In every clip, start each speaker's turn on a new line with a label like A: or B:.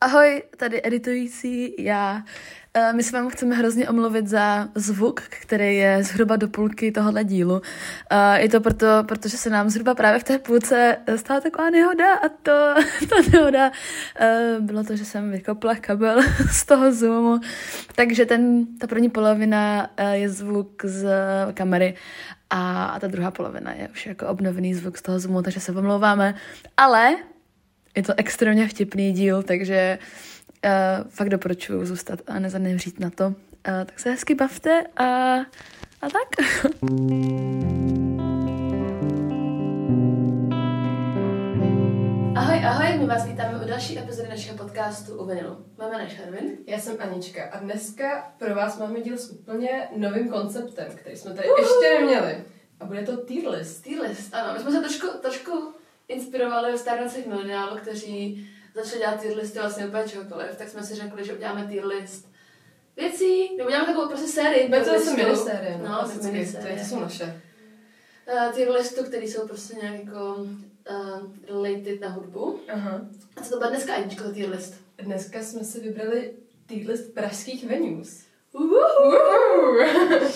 A: Ahoj, tady editující já. E, My se vám chceme hrozně omluvit za zvuk, který je zhruba do půlky tohohle dílu. E, Je to proto, protože se nám zhruba právě v té půlce e, stala taková nehoda a to, ta nehoda e, bylo to, že jsem vykopla kabel z toho Zoomu. Takže ten, ta první polovina e, je zvuk z kamery a, a ta druhá polovina je už jako obnovený zvuk z toho Zoomu, takže se omlouváme. Ale je to extrémně vtipný díl, takže uh, fakt doporučuju zůstat a nezanevřít na to. Uh, tak se hezky bavte a, a tak. Ahoj, ahoj, my vás vítáme u další epizody našeho podcastu u Vinilu. Máme náš Hermin.
B: Já jsem Anička a dneska pro vás máme díl s úplně novým konceptem, který jsme tady ještě neměli. A bude to tier list.
A: Tier list, ano, my jsme se trošku, trošku inspirovali v stárnoucích mileniálů, kteří začali dělat tier listy vlastně úplně čehokoliv, tak jsme si řekli, že uděláme tier list věcí, nebo uděláme takovou prostě sérii.
B: Bude
A: tier
B: to zase
A: listů.
B: minisérie,
A: no,
B: no,
A: no
B: vždycky, to,
A: minisérie.
B: je- to jsou naše.
A: Eh, tier listů, které jsou prostě nějak jako uh, related na hudbu.
B: Aha.
A: A co to bude dneska, Aničko, za tier list?
B: Dneska jsme si vybrali tier list pražských venues.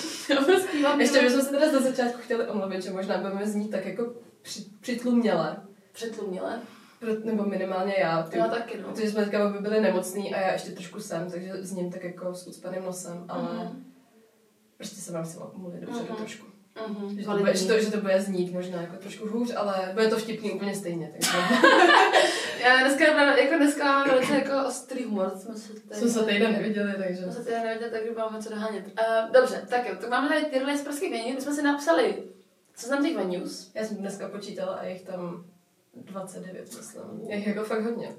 A: prostě-
B: ještě bychom se teda za začátku chtěli omluvit, že možná budeme znít tak jako při, přitlumněle.
A: Přetlumile.
B: Pro, nebo minimálně já. Ty,
A: Já taky, no.
B: Protože jsme teďka obě byli nemocný a já ještě trošku jsem, takže s ním tak jako s ucpaným nosem, ale
A: Mhm.
B: prostě se vám chci omluvit dobře
A: Mhm.
B: trošku.
A: Mhm,
B: Že to, bude, že,
A: validní.
B: to, že to bude znít možná jako trošku hůř, ale bude to vtipný úplně stejně. Takže
A: Já dneska, jako dneska máme velice jako ostrý humor, co jsme se tady...
B: jsme se týden neviděli, takže...
A: Jsme se teda neviděli, takže máme co dohánět. Uh, dobře, tak jo, tak máme tady tyhle z prských venues, my jsme si napsali seznam těch venues.
B: Já jsem dneska počítala a je jich tam 29,
A: Mhm.
B: myslím. Je jich jako fakt hodně.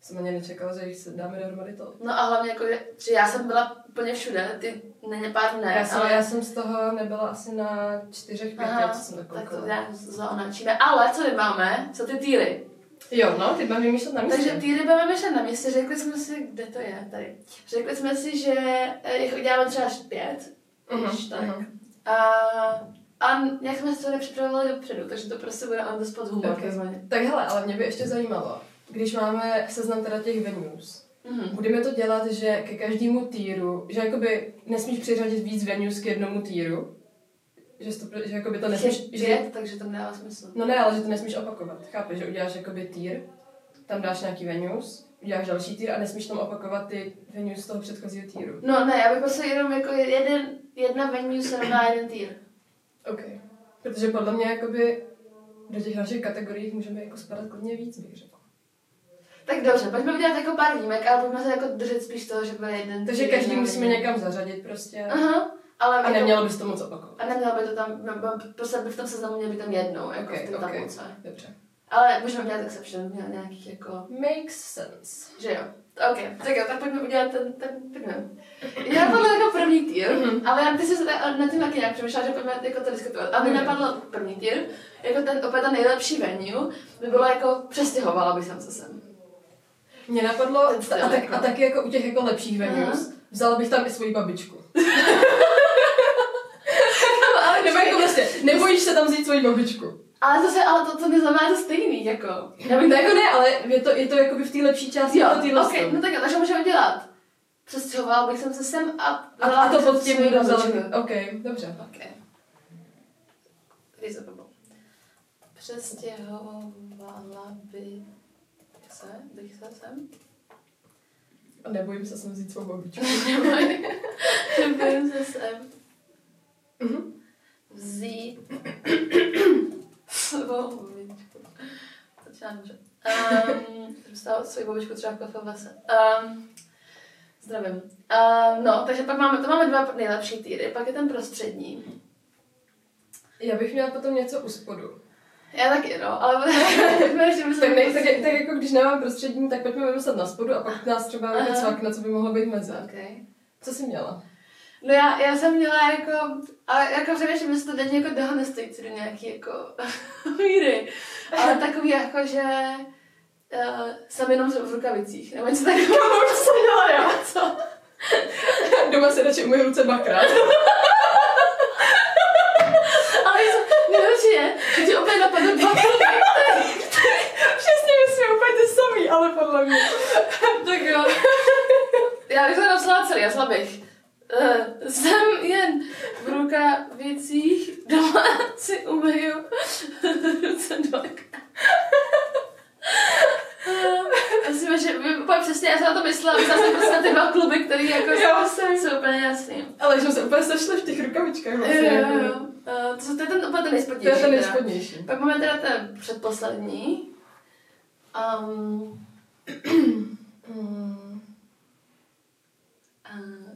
B: Jsem ani nečekala, že jich se dáme dohromady to.
A: No a hlavně jako, že- že já jsem byla úplně všude, ty ne, pár ne,
B: Já jsem,
A: ale...
B: já jsem z toho nebyla asi na čtyřech,
A: Aha,
B: pěti, co jsem takovou.
A: tak to nějak zaonačíme. Ale co my máme, jsou ty týry.
B: Jo, no, ty mám vymýšlet na místě.
A: Takže týry budeme myšlet na městě, řekli jsme si, kde to je tady. Řekli jsme si, že eh, jich uděláme třeba až pět,
B: Mhm,
A: když tak.
B: mhm.
A: A, a nějak jsme se to nepřipravovali dopředu, takže to prostě bude on the spot humor.
B: Ok.
A: Okay.
B: Tak hele, ale mě by ještě zajímalo, když máme seznam teda těch venues,
A: Mhm.
B: Budeme to dělat, že ke každému týru, že jakoby nesmíš přiřadit víc venues k jednomu týru, že, jsi to, pro- že jakoby to
A: Těch je
B: nesmíš, že,
A: pět, takže to nedává smysl.
B: no ne, ale že to nesmíš opakovat, chápeš, že uděláš jakoby týr, tam dáš nějaký venues, uděláš další týr a nesmíš tam opakovat ty venues z toho předchozího týru.
A: No ne, já bych prostě jenom jako jeden, jedna venue se rovná jeden týr.
B: OK. Protože podle mě jakoby do těch našich kategorií můžeme jako spadat klidně víc, bych řekla.
A: Tak dobře, pojďme udělat jako pár výjimek, ale pojďme se jako držet spíš toho, že bude jeden
B: Takže
A: týr,
B: každý
A: jedna
B: musíme
A: venue.
B: někam zařadit prostě
A: Aha, ale
B: a
A: jako-
B: nemělo by se to moc opakovat.
A: A nemělo by to tam, no, no, prostě by v tom seznamu měl být tam jednou, jako
B: Ok,
A: v tom
B: ok.
A: tabulce.
B: Dobře.
A: Ale můžeme dělat exception, měl nějakých jako,
B: Makes sense.
A: že jo. Ok, tak jo, tak pojďme udělat ten, ten, pojďme. Já napadla jako první týr,
B: Mhm.
A: ale já ty jsi se ta- na tím taky nějak přemýšlela, že pojďme jako to diskutovat. A mi
B: Mhm.
A: napadl první týr, jako ten, opět ta nejlepší venue, by bylo jako přestěhovala bych jsem se sem.
B: Mě napadlo,
A: Ten
B: a, tak,
A: styl,
B: a taky jako u těch jako lepších venues, vzala bych tam i svoji babičku. No,
A: ale,
B: Nebo jako prostě, nebojíš se tam vzít svoji babičku.
A: ale to se, ale to, to neznamená to stejný, jako.
B: Já bych to jako ne, ale je to, je to jakoby v té lepší části
A: Jo,
B: jako té
A: okay, no tak jo, takže můžeme dělat. Přestěhoval bych jsem se sem a...
B: a, a to
A: vzala
B: pod
A: bych si
B: tím
A: svoji
B: budu vzala.
A: babičku.
B: Ok, dobře.
A: Ok. Tady za blbou. Přestěhovala by se, bych se sem.
B: A nebojím se sem vzít svou babičku.
A: Nebojím se sem
B: Mhm.
A: vzít svou babičku. Začíná dobře. Um, jsem stala svoji babičku třeba v kafevase. Um, zdravím. Um, no, takže pak máme, to máme dva nejlepší týry, pak je ten prostřední.
B: Já bych měla potom něco u spodu.
A: Já taky, no, ale pojďme ještě
B: Tak, ne,
A: myslet.
B: tak, tak, jako když nemám prostřední, tak pojďme vymyslet na spodu a pak nás třeba
A: Aha.
B: jako cvakne, co by mohlo být mezi.
A: Okay.
B: Co jsi měla?
A: No já, já jsem měla jako, ale jako především, že se to denně jako dehonestující do nějaký jako míry. Ale takový jako, že uh, jsem jenom v rukavicích, nebo něco takového.
B: Už jsem měla já.
A: Co?
B: Doma se radši umyju ruce dvakrát.
A: Ale jsem, nejlepší je, že ti opět napadnou dva filmy.
B: Přesně, my jsme úplně ty samý, ale podle mě.
A: Tak jo. Já bych to napsala celý, já bych. Uh, jsem jen v rukavicích, doma si umyju ruce do Eh, Myslím, že vím úplně přesně, já jsem na to myslela, myslela jsem prostě na ty dva kluby, které jako
B: Já
A: jsou,
B: jsem.
A: jsou úplně jasný.
B: Ale že se úplně sešli v těch rukavičkách
A: Jo,
B: vlastně.
A: jo, jo. Eh, To, jsou- to je ten úplně
B: To je
A: ten nejspodnější.
B: ten
A: teda.
B: nejspodnější.
A: Pak máme teda ten předposlední. Um,
B: Mm.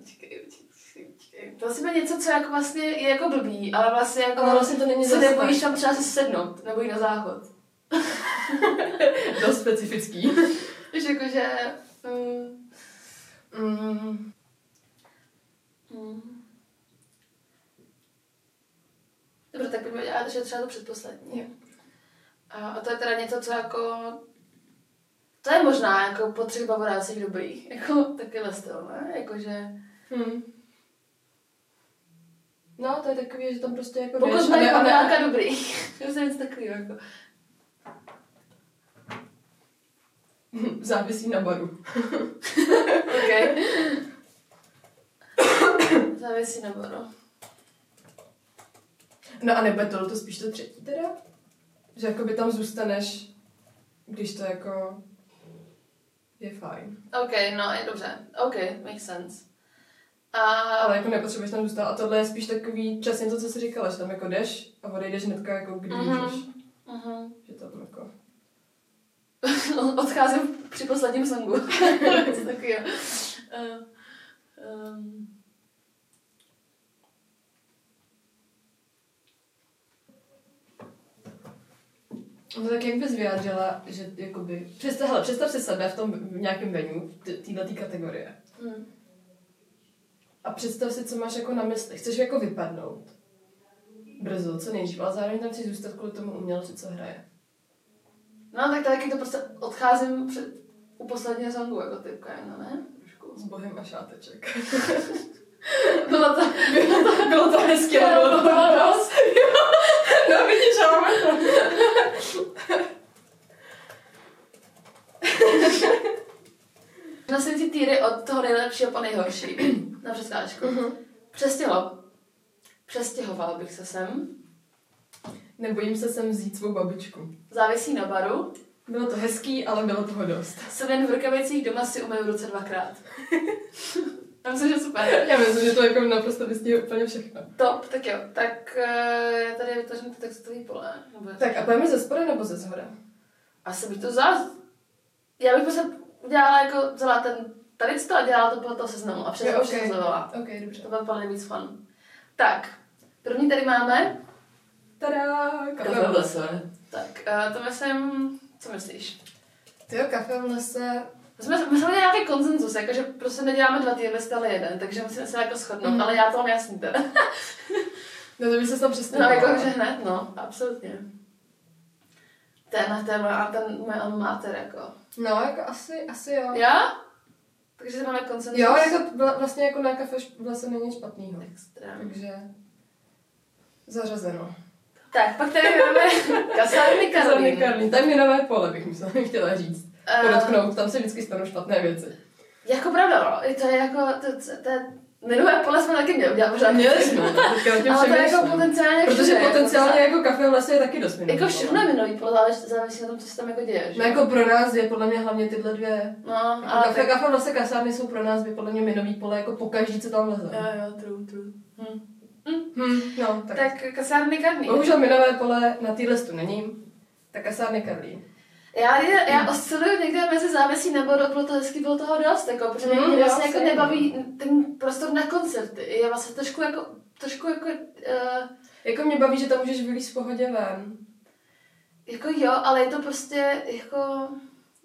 A: čekej, čekej, čekej. To asi bude něco, co jako vlastně je jako blbý, ale vlastně jako
B: Ale vlastně to není
A: se
B: zase
A: nebojíš
B: tak.
A: tam třeba se sednout, nebo jít na záchod.
B: Dost specifický.
A: Víš, jako, jakože... Um,
B: Mm,
A: um. Dobře, tak pojďme dělat, že třeba to předposlední.
B: Jo.
A: A, a to je teda něco, co jako... To je možná jako po třech bavorácích dobrých, jako takovýhle styl, ne? Jako, Jakože...
B: hm. No, to je takový, že tam prostě jako
A: Pokud
B: jdeš
A: mají
B: a ne, a ne,
A: panáka dobrý. To je něco takového jako...
B: hm, závisí na baru.
A: OK. Závisí nebo no.
B: No a nebude tohle to spíš to třetí teda? Že jakoby tam zůstaneš, když to jako je fajn.
A: OK, no je dobře. OK, makes sense. A...
B: Ale jako nepotřebuješ tam zůstat. A tohle je spíš takový přesně to, co jsi říkala, že tam jako jdeš a odejdeš hnedka jako když
A: Mhm.
B: můžeš.
A: Mhm.
B: Že tam jako...
A: Odcházím při posledním songu. Něco takového. Uh, um,
B: No tak jak bys vyjádřila, že jakoby... Představ, hele, představ si sebe v tom v nějakém venue, této kategorie.
A: hm.
B: A představ si, co máš jako na mysli. Chceš jako vypadnout. Brzo, co nejdřív, ale zároveň tam chceš zůstat kvůli tomu umělci, co hraje.
A: No tak to taky to prostě odcházím před, u posledního songu jako typka, no ne? Trošku.
B: S bohem a šáteček.
A: Bylo to...
B: bylo to hezké, ale bylo to hlas. No vidíš, já mám to.
A: Nosím ty týry od toho nejlepšího po nejhorší. Na přeskáčku. Přestěho. Přestěhovala bych se sem.
B: Nebojím se sem vzít svou babičku.
A: Závisí na baru.
B: Bylo to hezký, ale bylo toho dost.
A: Jsem jen v rukavicích, doma si umyju ruce dvakrát. Já myslím, že super.
B: Já myslím, že to jako naprosto vystihuje úplně všechno.
A: Top, tak jo. Tak eh, já tady vytvořím to textový pole. Nebo...
B: Tak a pojďme ze spoda nebo ze zhora?
A: Asi bych to vzala. Já bych prostě udělala jako, vzala ten tady to a dělala to podle toho seznamu a
B: Jo,
A: přesně
B: ok.
A: přesazovala.
B: Ok,
A: To
B: dobře.
A: bylo úplně nejvíc fun. Tak, první tady máme
B: Tada, kafe v lese.
A: Tak, eh, to myslím, co myslíš?
B: Ty jo, kafe v lese.
A: My jsme, my jsme měli nějaký konsenzus, jakože prostě neděláme dva týdny, stále jeden, takže musíme se jako shodnout,
B: Mhm.
A: ale já to mám jasný teda.
B: No to by se tam
A: No,
B: přesně
A: jakože hned, no, absolutně. Ten, ten, a ten moje alma mater, jako.
B: No, jako asi, asi jo.
A: Já? Takže máme konsenzus.
B: Jo, jako vla- vlastně jako na kafe š- v lese není špatnýho.
A: Extrém.
B: Takže zařazeno.
A: Tak, pak tady máme kasárny
B: Kazarny
A: Karlín.
B: Karlín, to je minové pole, bych musela chtěla říct. Podotknout, tam se vždycky stanou špatné věci.
A: Eh, Jako pravda, no, to je jako, to, to, to je, minulé pole jsme taky měli, udělali pořád.
B: jsme, no, teďka na tím
A: Ale to je jako
B: přemýšlím.
A: potenciálně
B: Protože
A: všude, jako
B: potenciálně jako kafe v lese je taky dost minulé
A: Jako všechno
B: pole.
A: je minový pole, ale závisí na tom, co se tam jako děje, že?
B: No jako pro nás je podle mě hlavně tyhle dvě.
A: No,
B: Jako
A: ale
B: kafe,
A: tak...
B: kafe v lese kasárny jsou pro nás dvě podle mě minový pole, jako pokaždý, co tam leze.
A: Jo, jo, true, true. Hm.
B: Hm, no, tak.
A: Eh. Tak kasárny karný.
B: Bohužel minové pole na téhle tu není, tak kasárny Karlín.
A: Já, je-
B: Hmm.
A: já osciluju někde mezi závisí nebo do- bylo to hezky, bylo toho dost, jako, protože mě
B: Hmm,
A: hmm, vlastně
B: já
A: jako
B: si-
A: nebaví ten prostor na koncerty. Je vlastně trošku jako, trošku jako, uh,
B: Jako mě baví, že tam můžeš vylít v pohodě ven.
A: jako jo, ale je to prostě jako...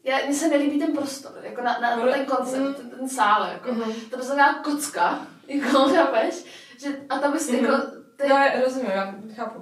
A: Já, mně se nelíbí ten prostor, jako na, na, na
B: Ale-
A: ten koncert,
B: mm.
A: ten, ten sál, jako.
B: Mhm.
A: To prostě taková kocka, jako chápeš? Že, a tam bys,
B: Mhm.
A: jako, ty,
B: No, já rozumím, já chápu.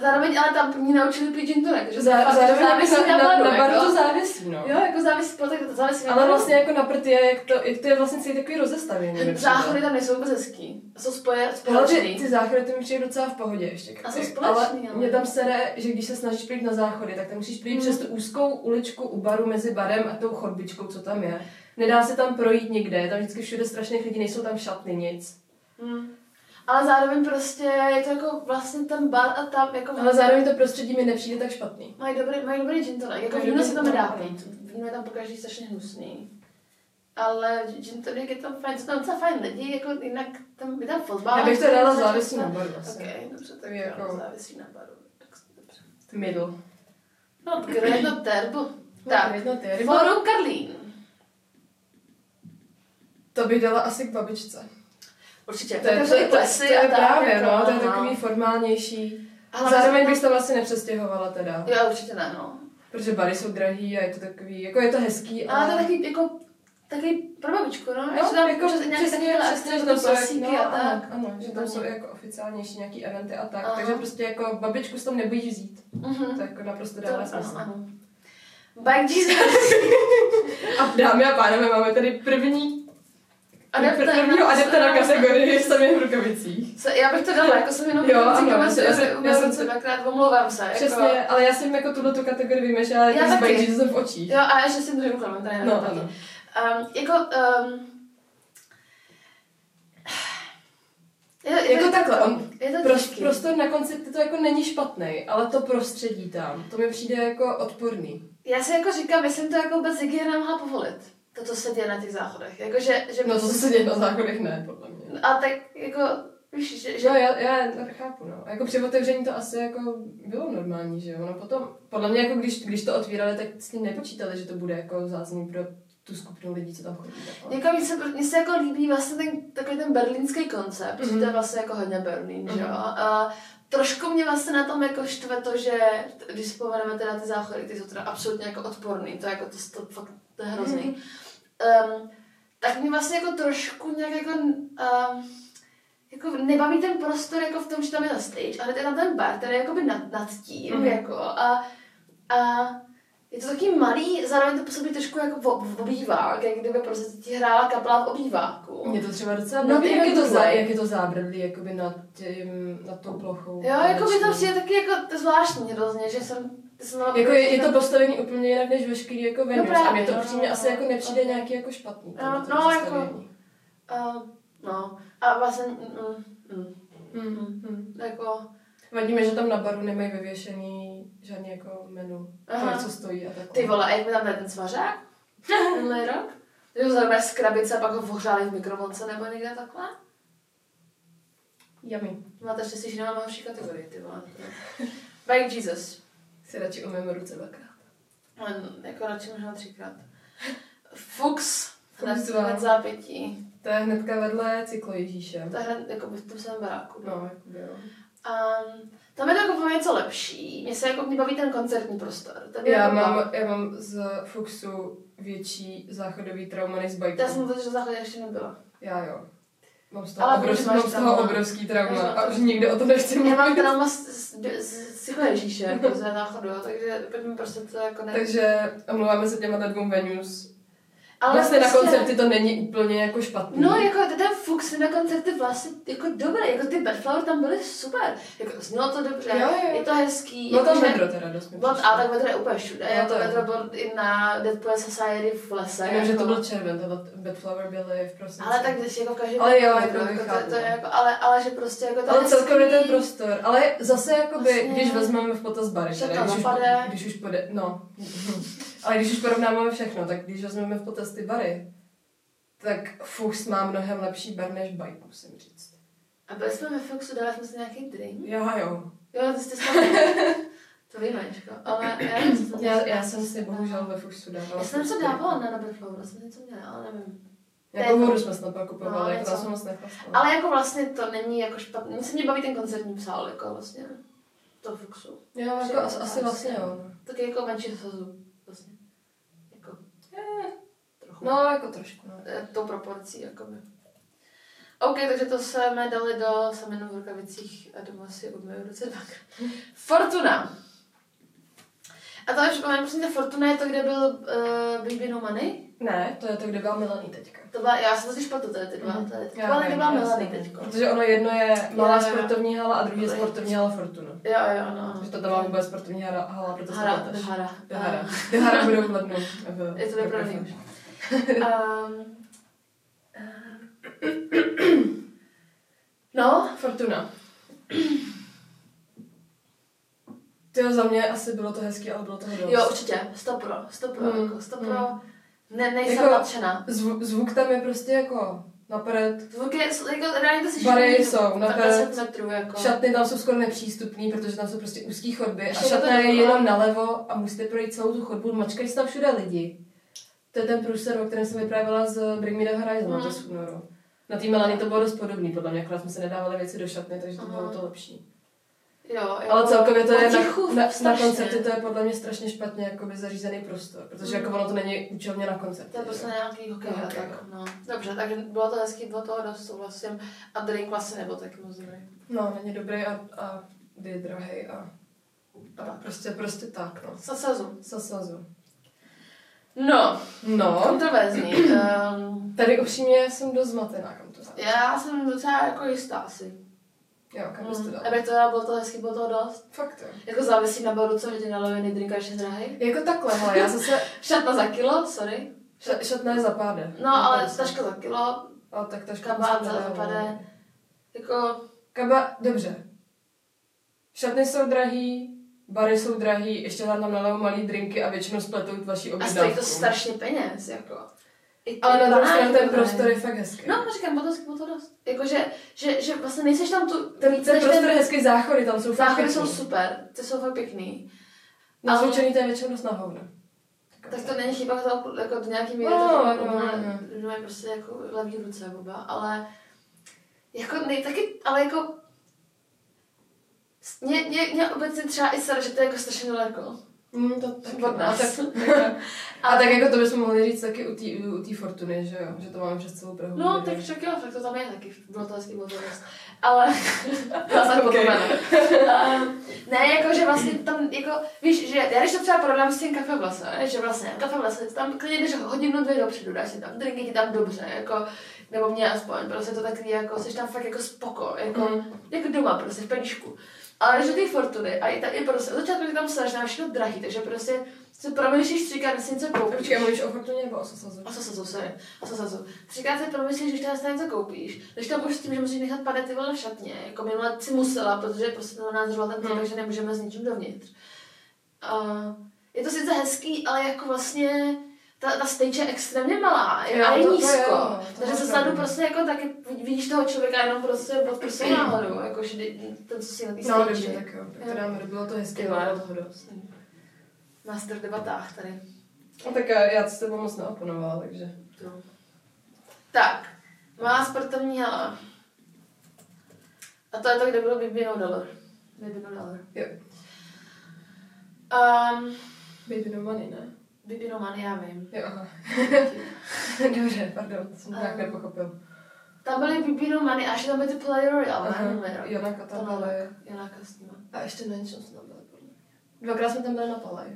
A: Zároveň ale tam mě naučili pít gin tonic, že
B: Zá,
A: fakt
B: zároveň
A: závisí
B: jako
A: na, baru,
B: na, na baru
A: jako.
B: to závisí, no.
A: Jo, jako závisí, no, tak to závisí na
B: Ale
A: baru.
B: vlastně jako na prd je, jak to, jak to je vlastně celý takový rozestavěný. mi přijde.
A: Záchody tam nejsou vůbec hezký. Jsou spoje,
B: Ale ty,
A: společný.
B: ty záchody to mi přijde docela v pohodě ještě.
A: A jsou
B: Tak,
A: společný,
B: ale
A: ale-
B: mě tam sere, že když se snažíš přijít na záchody, tak tam musíš přijít
A: Mhm.
B: přes tu úzkou uličku u baru mezi barem a tou chodbičkou, co tam je. Nedá se tam projít nikde, je tam vždycky všude strašných lidí, nejsou tam šatny, nic.
A: Hmm. Ale zároveň prostě je to jako vlastně ten bar a tam jako
B: Ale zároveň to prostředí mi nepřijde tak špatný.
A: mají dobrý, mají dobrý gin tonic. Jako
B: Mají
A: víno
B: dobrý
A: se tam
B: gin
A: nedá
B: tonic.
A: pít. Víno je tam pokaždé strašně hnusný. Ale gin tonic je tam fajn, jsou tam docela fajn lidi, jako jinak tam je tam fotbal.
B: Já bych to dala závisí na
A: na
B: baru asi.
A: Ok, dobře, tak
B: Je jako-
A: jako... závisí na baru. Tak dobře.
B: Middle.
A: No, kdo je to terbo? Tak,
B: Jedno ty, No, ryba.
A: Forum Karlín.
B: To bych dala asi k babičce.
A: Určitě.
B: To je,
A: Tak
B: to, je,
A: i
B: to,
A: plesy
B: to je
A: a tak,
B: právě,
A: jako,
B: no, to je
A: no.
B: takový formálnější.
A: Ale
B: Zároveň
A: vlastně-
B: bych se tam asi nepřestěhovala teda.
A: Jo, určitě ne, no.
B: Protože bary jsou drahý a je to takový, jako je to hezký,
A: Ale
B: ale...
A: to je takový, jako, takový pro babičku, no.
B: No,
A: Ještě tam
B: jako
A: občas i nějaké
B: přesně,
A: takové
B: přesně,
A: akce,
B: že
A: jako
B: tam
A: ty
B: jsou jak-
A: klasíky
B: no,
A: a tak. Mhm.
B: ano, Ano, že tam jsou jako oficiálnější nějaký eventy a tak,
A: Aha.
B: takže prostě jako babičku s tom nebojíš vzít.
A: Mhm.
B: To jako naprosto
A: To-
B: dává
A: ano,
B: smysl.
A: ano. Bike Jesus.
B: A dámy a pánové, máme tady první
A: Adepta
B: pr-
A: na-
B: prvního adepta na kategorii v samých rukavicích.
A: vlastně. Se, já bych to dala, jako jsem jenom
B: Jo,
A: vůbec
B: ano,
A: jako
B: já se- já se- já
A: já jsem
B: se-
A: se dvakrát, omlouvám se. Jako,
B: Přesně, ale já jsem jako tuhle tu kategorii vymešala,
A: Já
B: jako s
A: taky.
B: Bajči, co jsem v očích.
A: Jo, a ještě s tím druhým kolem, tady
B: No, ano.
A: Um, jako, um, je, je
B: Jako
A: to-
B: takhle, on- prostě-
A: je to
B: Prost,
A: těžký.
B: prostor na konci to jako není špatný, ale to prostředí tam, to mi přijde jako odporný.
A: Já si jako říkám, myslím to jako vůbec Ziggy nemohla povolit. To, co se děje na těch záchodech. Jako, že, že
B: No to, co se děje na záchodech, ne, podle mě.
A: A tak jako, víš, že, že
B: Že No jo, já, já chápu, no. Jako při otevření to asi jako bylo normální, že jo. No potom, podle mě, jako když, když to otvírali, tak s tím nepočítali, že to bude jako zázemí pro tu skupinu lidí, co tam chodí. Takhle.
A: jako mně se, pro- mně se jako líbí vlastně ten, takový ten berlínský koncept, mm-hmm. že to je vlastně jako hodně Berlín, mm-hmm. že jo. A trošku mě vlastně na tom jako štve to, že t- když si pomeneme teda ty záchody, ty jsou teda absolutně jako odporný, to je jako to, to, fakt, to je hrozný. Mm-hmm. Um, tak mě vlastně jako trošku nějak jako, um, jako nebaví ten prostor jako v tom, že tam je ta stage, ale to je tam ten bar, který je jakoby nad, nad tím,
B: Mhm.
A: mm-hmm. jako a, a je to taky malý, zároveň to působí trošku jako v, v obývák, jak kdyby prostě ti hrála kapela v obýváku.
B: Mě to třeba docela
A: No,
B: no,
A: ty
B: jak, je to
A: nebylo.
B: za, jak je to zábradlí, jakoby nad, tím, nad tou plochou.
A: Jo, jako by to přijde taky jako to zvláštní hrozně, že jsem... jsem
B: Jako je, je, to postavení úplně jinak než veškerý jako venues no, a
A: právě,
B: mě to
A: no,
B: přímě
A: no,
B: asi
A: no.
B: jako nepřijde nějaký jako špatný. tohle
A: No,
B: to
A: no, jako-
B: postavení.
A: Uh, no, a vlastně... Mm, mm,
B: Mm, mm.
A: jako...
B: Vadíme, že tam na baru nemají vyvěšený žádný jako menu,
A: Aha.
B: kolik co stojí a tak.
A: Ty vole, a jak mi tam dal ten svařák? Tenhle rok? Že ho zrovna z krabice a pak ho ohřáli v mikrovlnce nebo někde takhle?
B: Yummy.
A: Máte štěstí, že nemáme horší kategorii, ty vole. Bike Jesus.
B: Si radši umím ruce dvakrát.
A: Ale jako radši možná třikrát. Fuchs. Hned,
B: Fuchs no. dva.
A: hned zápětí.
B: To je hnedka vedle cyklo Ježíše.
A: To je hned jako v tom samém baráku.
B: No, jakoby jo.
A: Um, tam je to jako něco lepší. Mně se jako mě baví ten koncertní prostor. Ten
B: Já
A: jako
B: mám, já mám z Fuxu větší záchodový trauma než z bajku.
A: Já jsem to, že záchodě ještě nebyla.
B: Já jo. Mám z toho,
A: Ale
B: obrovský,
A: proč máš
B: mám z toho
A: trauma?
B: obrovský trauma
A: Proč máš
B: a už
A: trauma?
B: nikdy o tom nechci
A: Já
B: mluvit.
A: mám trauma z, z, z, z Ježíše, jako ze záchodu, jo, takže pojďme prostě to jako ne...
B: Takže omlouváme se těma dvou venues.
A: Ale
B: vlastně na
A: prostě-
B: koncerty to není úplně jako špatný.
A: No, jako ten Fuchs na koncerty vlastně jako dobrý, jako ty Bedflower tam byly super, jako znělo to dobře,
B: Jo, jo.
A: je to hezký.
B: no
A: jako,
B: tam
A: že-
B: metro teda dost mi
A: Bylo,
B: přišlo.
A: a tak metro je úplně všude,
B: No,
A: jako
B: to jo.
A: metro bylo i na Dead Poet Society v lese.
B: Vím, že
A: jako.
B: to byl červen, to byl- Bedflower byly v prosinci.
A: Ale tak když jako každý...
B: Ale jo, jako
A: to,
B: chápu.
A: to, je jako, ale, ale že prostě jako to
B: Ale
A: hezký-
B: celkově ten prostě- prostor, ale zase jakoby,
A: Vlastně-
B: když vezmeme v potaz bary,
A: Že
B: teda,
A: to
B: když, už,
A: napadne.
B: když už pode, no, ale když už porovnáme všechno, tak když vezmeme v potaz ty bary, tak Fuchs má mnohem lepší bar než Bike, musím říct.
A: A byli jsme ve Foxu, dali jsme si nějaký drink.
B: Já jo.
A: Jo, ty jste sami. to víme, Ježko. Ale já,
B: Já, já jsem si bohužel ve Fuchsu dávala.
A: Já jsem to
B: Fuchsu.
A: dávala na Robert Flower, jsem něco měla, ale nevím.
B: Jako vodu jsme snad pak
A: No,
B: kupovali, jako to
A: něco.
B: jsem moc nechlastala.
A: Ale jako vlastně to není jako špatný. Mně se mě baví ten koncertní sál, jako vlastně. To Foxu.
B: Jo, jako as, asi vlastně jo. no.
A: Tak jako menší sazu, vlastně. Jako. Trochu.
B: No, jako trošku, no.
A: Eh, Tou proporcí, jakoby. jako OK, takže to jsme dali do semen v rukavicích a doma si umyju ruce dvakrát. Fortuna. A to už, prosím tě, Fortuna je to, kde byl uh, Big Bino Money?
B: Ne, to je to, kde byla Melanie teďka.
A: To byla, já jsem totiž proto tady ty dva, to je
B: Mhm.
A: ty
B: Já
A: dva, ale
B: vím,
A: kde byla
B: já
A: Melanie
B: jsem-
A: teďko.
B: Protože ono jedno je malá
A: Jo, No, jo.
B: sportovní hala a druhý je sportovní hala Fortuna.
A: Jo, jo, ano.
B: Že to byla vůbec sportovní hala, hala proto se
A: Hara,
B: to
A: do
B: ptáš.
A: hara.
B: Do Hara. Do Hara budou v lednu. Jako, v-
A: Je to
B: v
A: vybraný
B: Praze.
A: už. Ehm, ehm. No,
B: Fortuna. Ty za mě asi bylo to hezký, ale bylo to dost.
A: jo, určitě, 100 pro, 100 pro,
B: Hmm,
A: jako 100 pro.
B: hmm.
A: Ne, nejsem
B: Jako-
A: nadšená.
B: Zvu, zvuk tam je prostě jako napřed.
A: Zvuky, jako reálně to si
B: Bary jsou na
A: 10 metrů, jako.
B: Šatny tam jsou skoro nepřístupný, protože tam jsou prostě úzký chodby a
A: Ještě to
B: šatna je
A: takhle.
B: jenom nalevo a musíte projít celou tu chodbu, mačkají se tam všude lidi. To je ten průser, o kterém jsem vyprávěla z Bring Me The Horizon,
A: Mhm.
B: mm. to z únoru. Na té Melanie to bylo dost podobný, podle mě, akorát jsme se nedávali věci do šatny, takže to
A: Aha.
B: bylo to lepší.
A: Jo, jo.
B: Ale celkově to je
A: Potichu,
B: na, na, na
A: strašně.
B: koncerty, to je podle mě strašně špatně jakoby zařízený prostor, protože
A: Mhm.
B: jako ono to není účelně na koncertě.
A: To je prostě
B: že?
A: nějaký hokej a
B: Hokej,
A: tak, no. Dobře, takže bylo to hezký, bylo toho dost, souhlasím. A drink vlastně nebyl taky moc dobrý.
B: No, není dobrý a, a je drahej a, a prostě, prostě tak, no.
A: Sasazu.
B: Sasazu.
A: No,
B: No,
A: kontroverzní. Ehm,
B: tady upřímně jsem dost zmatená, kam to dám.
A: já jsem docela jako jistá asi.
B: Jo, kam bys to
A: Mm,
B: dala?
A: abych to dala, bylo to hezký, bylo toho dost.
B: Fakt jo.
A: Jako závisí na bodu, co lidi nalovený drink a ještě drahý.
B: Jako takhle, hele, já zase,
A: Šatna za kilo, sorry.
B: ša, šatna je za pádem.
A: No, ale no. taška za kilo,
B: Ale tak taška
A: kabát
B: bys
A: za
B: to dala.
A: zapade. Jako,
B: Kaba, dobře. Šatny jsou drahý, bary jsou drahý, ještě tam tam nalejou malý drinky a většinou spletou vaší
A: a
B: objednávku.
A: stojí to strašně peněz, jako. I-
B: Ale na
A: i
B: druhou stranu
A: banán
B: ten
A: dobrý.
B: prostor je fakt hezký.
A: No, říkám, bylo to, bylo to dost. Jakože, Jako, že, že vlastně nejseš tam tu...
B: ten,
A: víc
B: ten
A: než
B: prostor je hezký, záchody tam jsou fakt
A: Záchody
B: pěkný.
A: jsou super, ty jsou fakt pěkný.
B: Na
A: Ale-
B: zvučený to je většinou dost na hovno.
A: Tak to není chyba, to jako do nějaký míry,
B: No,
A: to
B: no, no.
A: no, mají prostě jako levý ruce oba, ale jako nej, taky, ale jako s- mě, mě, mě obecně třeba i sere, že to je jako strašně daleko.
B: Mm, to taky
A: Od
B: no.
A: nás.
B: A tak, a tak jako to bychom mohli říct taky u té u, u té fortuny, že jo? Že to máme přes celou Prahu.
A: No,
B: že
A: tak
B: jo?
A: však jo, tak to tam je taky, bylo to hezký, bylo to dost. Ale, já
B: Ok.
A: jsem potom Ehm, ne, jako, že vlastně tam, jako, víš, že já když to třeba prodám s tím kafe v lese, ne, že vlastně kafe v lese, tam klidně jdeš hodinu, dvě dopředu, dáš si tam drinky, ti tam dobře, jako, nebo mě aspoň, prostě to takový, jako, jsi tam fakt jako spoko, jako,
B: Mm.
A: jako doma prostě, v penížku. Ale když do té fortuny, a i, ta, i prostě, od začátku je tam sraž, na všechno drahý, takže prostě se promýšlíš třikrát, než si něco koupíš.
B: Počkej, a mluvíš o fortuně nebo o sasazu?
A: A co se to sorry. A co se to? Třikrát si promyslíš, když tam něco koupíš. Když tam už s tím, že musíš nechat padat ty vole v šatně. Jako minule si musela, protože prostě to nás zrovna ten
B: Hmm.
A: hmm. takže nemůžeme s ničím dovnitř. A je to sice hezký, ale jako vlastně ta, ta stage je extrémně malá
B: Jo,
A: a je
B: to- to
A: nízko.
B: jo, no, to
A: takže
B: máš
A: se
B: pravdu.
A: snadu prostě jako taky vidíš toho člověka jenom prostě, prostě náhodou. Jako, že ten, co si na té
B: No,
A: stage.
B: dobře, tak jo. Tak to dáme, bylo to hezké,
A: Ty vole.
B: bylo toho dost.
A: Master v debatách tady.
B: No, tak já, já s tebou moc neoponovala, takže.
A: Tak, malá sportovní hala. A to je to, kde bylo Bibino Dollar. Bibino Dollar.
B: Jo.
A: Um,
B: Baby no money, ne?
A: Bibino Money, já vím.
B: Jo, aha. dobře, pardon, to jsem to nějak
A: Ehm.
B: nepochopil.
A: Tam byly Bibino Money a ještě tam byly ty Play Royale,
B: Aha,
A: ne? Numero.
B: Jona Katabale.
A: Jonáka s nima.
B: A ještě na něčem jsme tam byli, podle mě. Dvakrát jsme tam byli na Palaj.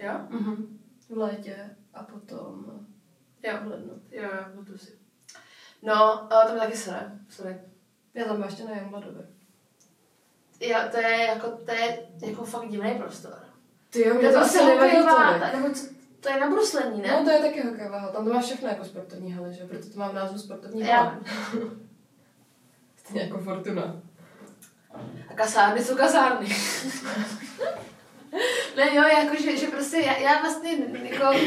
A: Jo?
B: Mhm. V létě a potom
A: Jo.
B: v lednu.
A: Jo, jo, budu si. No, ale tam je taky sere. Sorry.
B: Já tam byla ještě na Jambladově.
A: Jo, to je jako, to je jako fakt divný prostor.
B: Ty jo,
A: Kde to asi nevadí
B: tolik.
A: Nebo co, to je na bruslení, ne?
B: No to je taky hokejová hala, tam to má všechno jako sportovní haly, že? Proto to má v názvu sportovní
A: Já-
B: hala. Stejně jako Fortuna.
A: A kasárny jsou kasárny. ne, jo, jako, že, že prostě já, já vlastně jako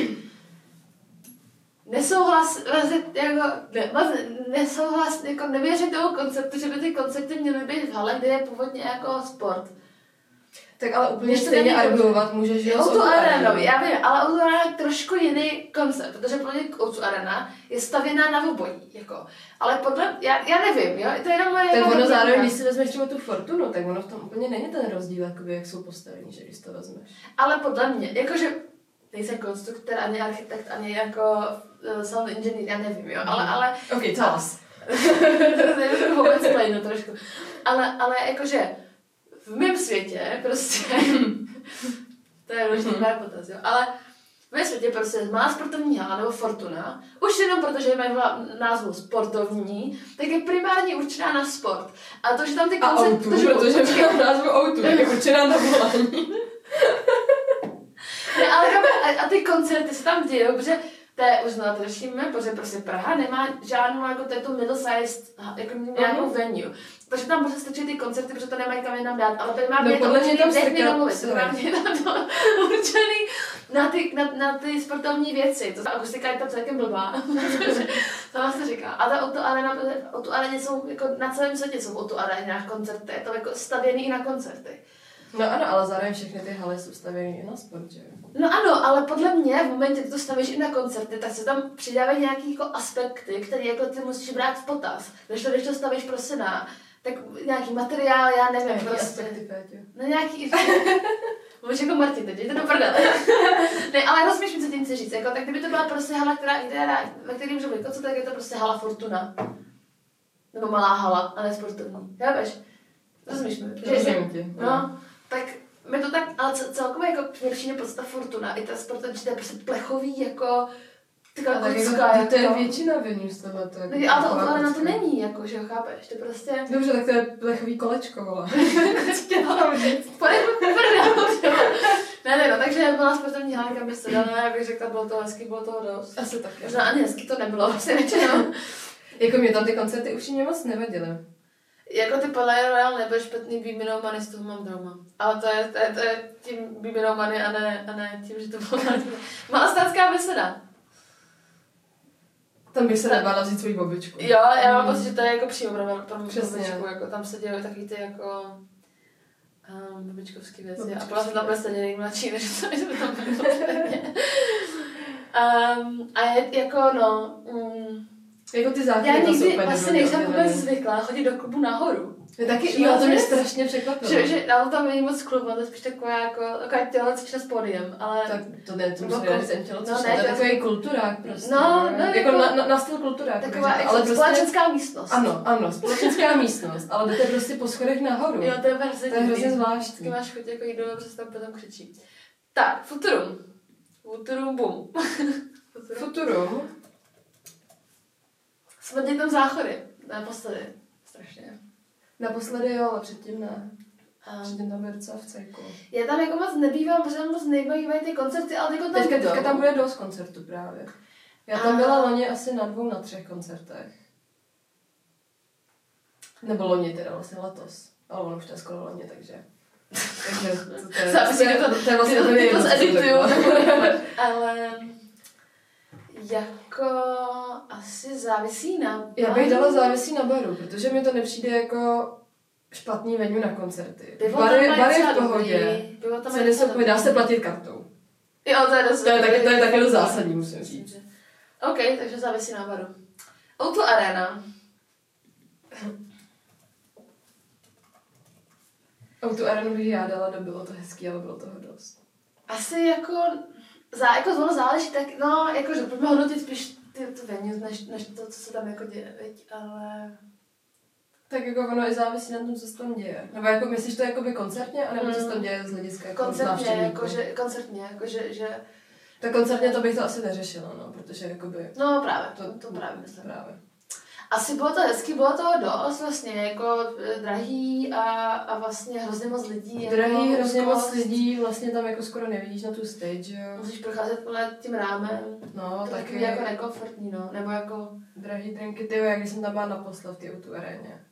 A: nesouhlas, vlastně, jako, ne, vlastně nesouhlas, jako nevěřím tomu konceptu, že by ty koncerty měly být v hale, kde je původně jako sport.
B: Tak ale úplně
A: Když to
B: stejně
A: není
B: argumentovat můžeš, že
A: O
B: s
A: tu
B: Outu
A: arenou,
B: Arenou.
A: no, já vím, ale o tu arena je trošku jiný koncept, protože podle mě o tu arena je stavěná na obojí, jako. Ale podle, já, já nevím, jo, to je jenom moje...
B: Tak
A: jako
B: ono
A: domněnka.
B: zároveň, když si vezmeš třeba tu fortunu, tak ono v tom úplně není ten rozdíl, jakoby, jak jsou postavení, že když to vezmeš.
A: Ale podle mě, jakože, nejsem konstruktor, ani architekt, ani jako eh, sound engineer, já nevím, jo, ale, ale
B: OK, tell us.
A: nevím, vůbec plejnu trošku. Ale, ale jakože v mém světě prostě, to je možný
B: Mhm.
A: pár potaz, jo, ale v mém světě prostě má sportovní hala nebo fortuna, už jenom protože mají vla- názvu sportovní, tak je primárně určená na sport. A to, že tam ty
B: A
A: konce...
B: outu, protože mám názvu outu, tak je určená na volání.
A: Ne, ale chápu, a, a ty koncerty se tam dějou, protože to je uznatelným, protože prostě Praha nemá žádnou jako tento middle-sized ha- jako nějakou
B: Mhm.
A: venue. Takže tam prostě stačí ty koncerty, protože to nemají kam jinam dát, ale primárně
B: No,
A: je to
B: podle mě
A: určený,
B: tam
A: nech mě
B: strká-
A: domluvit,
B: sorry.
A: primárně je tam to určený na ty, na, na ty sportovní věci. To ta akustika je tam celkem blbá, protože to vlastně říká. A ta o tu arena, o tu areně jsou jako na celém světě jsou o tu arenách koncerty, je to jako stavěný i na koncerty.
B: No ano, ale zároveň všechny ty haly jsou stavěny i na sport, že jo?
A: No ano, ale podle mě v momentě, kdy to stavíš i na koncerty, tak se tam přidávají nějaký jako aspekty, které jako ty musíš brát v potaz. Když to, když to stavíš prostě na, tak nějaký materiál, já nevím,
B: Jaký
A: prostě.
B: aspekty, Pétě?
A: No nějaký... Mluvíš jako Martin teď, jděte do prdele. ne, ale rozumíš mi, co tím chci říct. Jako, tak kdyby to byla prostě hala, která, která ve které můžu být koncert, tak je to prostě hala Fortuna. Nebo malá hala, a ne sportovní. Chápeš? Rozumíš mi? Že-
B: Rozumím ti, no.
A: No, tak mi to tak, ale ce- celkově jako mě přijde podstata Fortuna, i ta sportovní, že to je prostě plechový, jako taková
B: Ale
A: kocka,
B: jako,
A: jako.
B: to je většina venue z tohle. To
A: No, ale to ale na to není, jako, že jo, chápeš? To prostě...
B: Dobře, tak to je plechový kolečko, vole.
A: Pojď do prdele, že jo. Ne, ne, no, takže byla sportovní hala, kam by se dala, já bych řekla, bylo to hezký, bylo toho dost.
B: Asi tak. jo.
A: Možná ani hezky to nebylo, vlastně většinou.
B: Jako mě tam ty koncerty už mě moc nevadily.
A: Jako ty Palais Royal nebyl špatný Bíminou Many, z toho mám trauma. Ale to je, to je, to je tím Bíminou Many a ne, a ne tím, že to bylo Malostácká beseda.
B: Tam bych se nebála vzít svůj bobičku.
A: Jo, já mám pocit, že to je jako přímo pro, pro mou
B: Hmm. Přesně.
A: babičku, jako tam se dělají takový ty jako um, babičkovský věci. A
B: Babičkovský
A: byla jsem tam
B: věci.
A: prostě nejmladší, než jsme že by tam byli ostatně. um, a je jako no, um,
B: Jako ty
A: já
B: záchody tam jsou
A: nikdy
B: úplně
A: vlastně
B: dobrý
A: nejsem
B: oddělený.
A: vůbec zvyklá chodit do klubu nahoru.
B: Je
A: Že
B: taky, jo, to mě
A: vlastně-
B: strašně překvapilo.
A: Že, že, ale tam není moc klub, to je spíš taková jako, taková tělocvična s pódiem, ale...
B: Tak to ne, to
A: Nebo
B: musí
A: kul-
B: být ten tělo,
A: no,
B: což
A: ne,
B: ne, to je
A: tělo-
B: takový kulturák prostě.
A: No, no,
B: jako,
A: jako-
B: na, na, na styl kulturák. bych
A: Taková
B: řekla,
A: jako společenská místnost.
B: prostě- Ano, ano, společenská místnost, ale jdete prostě po schodech nahoru.
A: Jo, to je úplně
B: to je hrozně
A: Vždycky
B: zvláštní.
A: máš chuť jako jít dolů, protože tam potom křičí. Tak, futurum. Futurum bum. Futurum.
B: Futurum.
A: Smrdí tam záchody. Naposledy. Strašně.
B: Naposledy jo, ale předtím ne.
A: A
B: Předtím tam byl docela v cejku.
A: já tam jako moc nebývám, protože tam moc nebývají ty koncerty, ale jako tam
B: Teďka,
A: budou.
B: teďka tam bude dost koncertů právě. Já tam
A: A-
B: byla loni asi na dvou, na třech koncertech. Nebo loni teda vlastně letos. Ale ono už to je skoro loni, takže... Takže to, to, je,
A: Závisí, kdo to-
B: to je vlastně
A: kdo to-
B: úplně jako.
A: kdo to
B: jedno, co
A: zedituju.
B: řekla.
A: Ale jako asi závisí na...
B: Já bych dala závisí na baru, protože mi to nepřijde jako špatný menu na koncerty.
A: Pivo
B: Bar
A: tam
B: je,
A: mají
B: bar je
A: docela
B: v pohodě.
A: dobrý, Pivo tam mají
B: Ceny se
A: docela
B: pojde, dá se platit kartou.
A: Jo, to je dost
B: To je
A: dobrý.
B: taky, to je taky dost zásadní, musím říct.
A: Myslím, že. OK, takže závisí na baru. Auto Arena.
B: O tu arenu bych já dala, to bylo to hezký, ale bylo toho dost.
A: Asi jako, zá, jako zvono záleží, tak no, jakože pojďme hodnotit spíš ty, to venue, než, než to, co se tam jako děje, viď, ale...
B: Tak jako ono i závisí na tom, co se tam děje. Nebo jako myslíš to jakoby koncertně, anebo co se tam děje z hlediska jako
A: Koncertně,
B: návštěvníků?
A: jakože, koncertně, jakože, že...
B: Tak koncertně to bych to asi neřešila, no, protože jakoby...
A: No právě, to, to právě myslím.
B: Právě.
A: Asi bylo to hezky, bylo to dost vlastně, jako eh, drahý a, a vlastně hrozně moc lidí. Jako
B: Drahý, hrozně moc
A: úzkost.
B: lidí, vlastně tam jako skoro nevidíš na tu stage, jo.
A: Musíš procházet podle tím rámem.
B: No,
A: to
B: taky
A: taky jako nekomfortní, no, nebo jako...
B: Drahý drinky, ty jo, jak když jsem tam byla naposled v té tu aréně,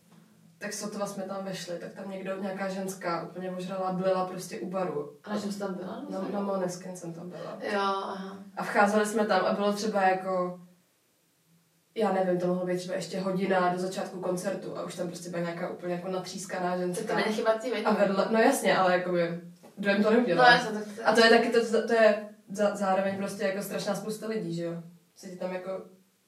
B: tak sotva jsme tam vešli, tak tam někdo, nějaká ženská úplně ožrala, byla prostě u baru.
A: Ale že jsi tam byla? No.
B: Na, na Moneskin jsem tam byla.
A: Jo, aha.
B: A vcházeli jsme tam a bylo třeba jako, já nevím, to mohlo být třeba ještě hodina do začátku koncertu a už tam prostě byla nějaká úplně jako natřískaná
A: To,
B: ženská.
A: to není chyba tý
B: A vedle, no jasně, ale jakoby, dojem to
A: No,
B: neudělá.
A: já jsem tak...
B: A to je taky, to, to je za, zároveň prostě jako strašná spousta lidí, že jo? Se ti tam jako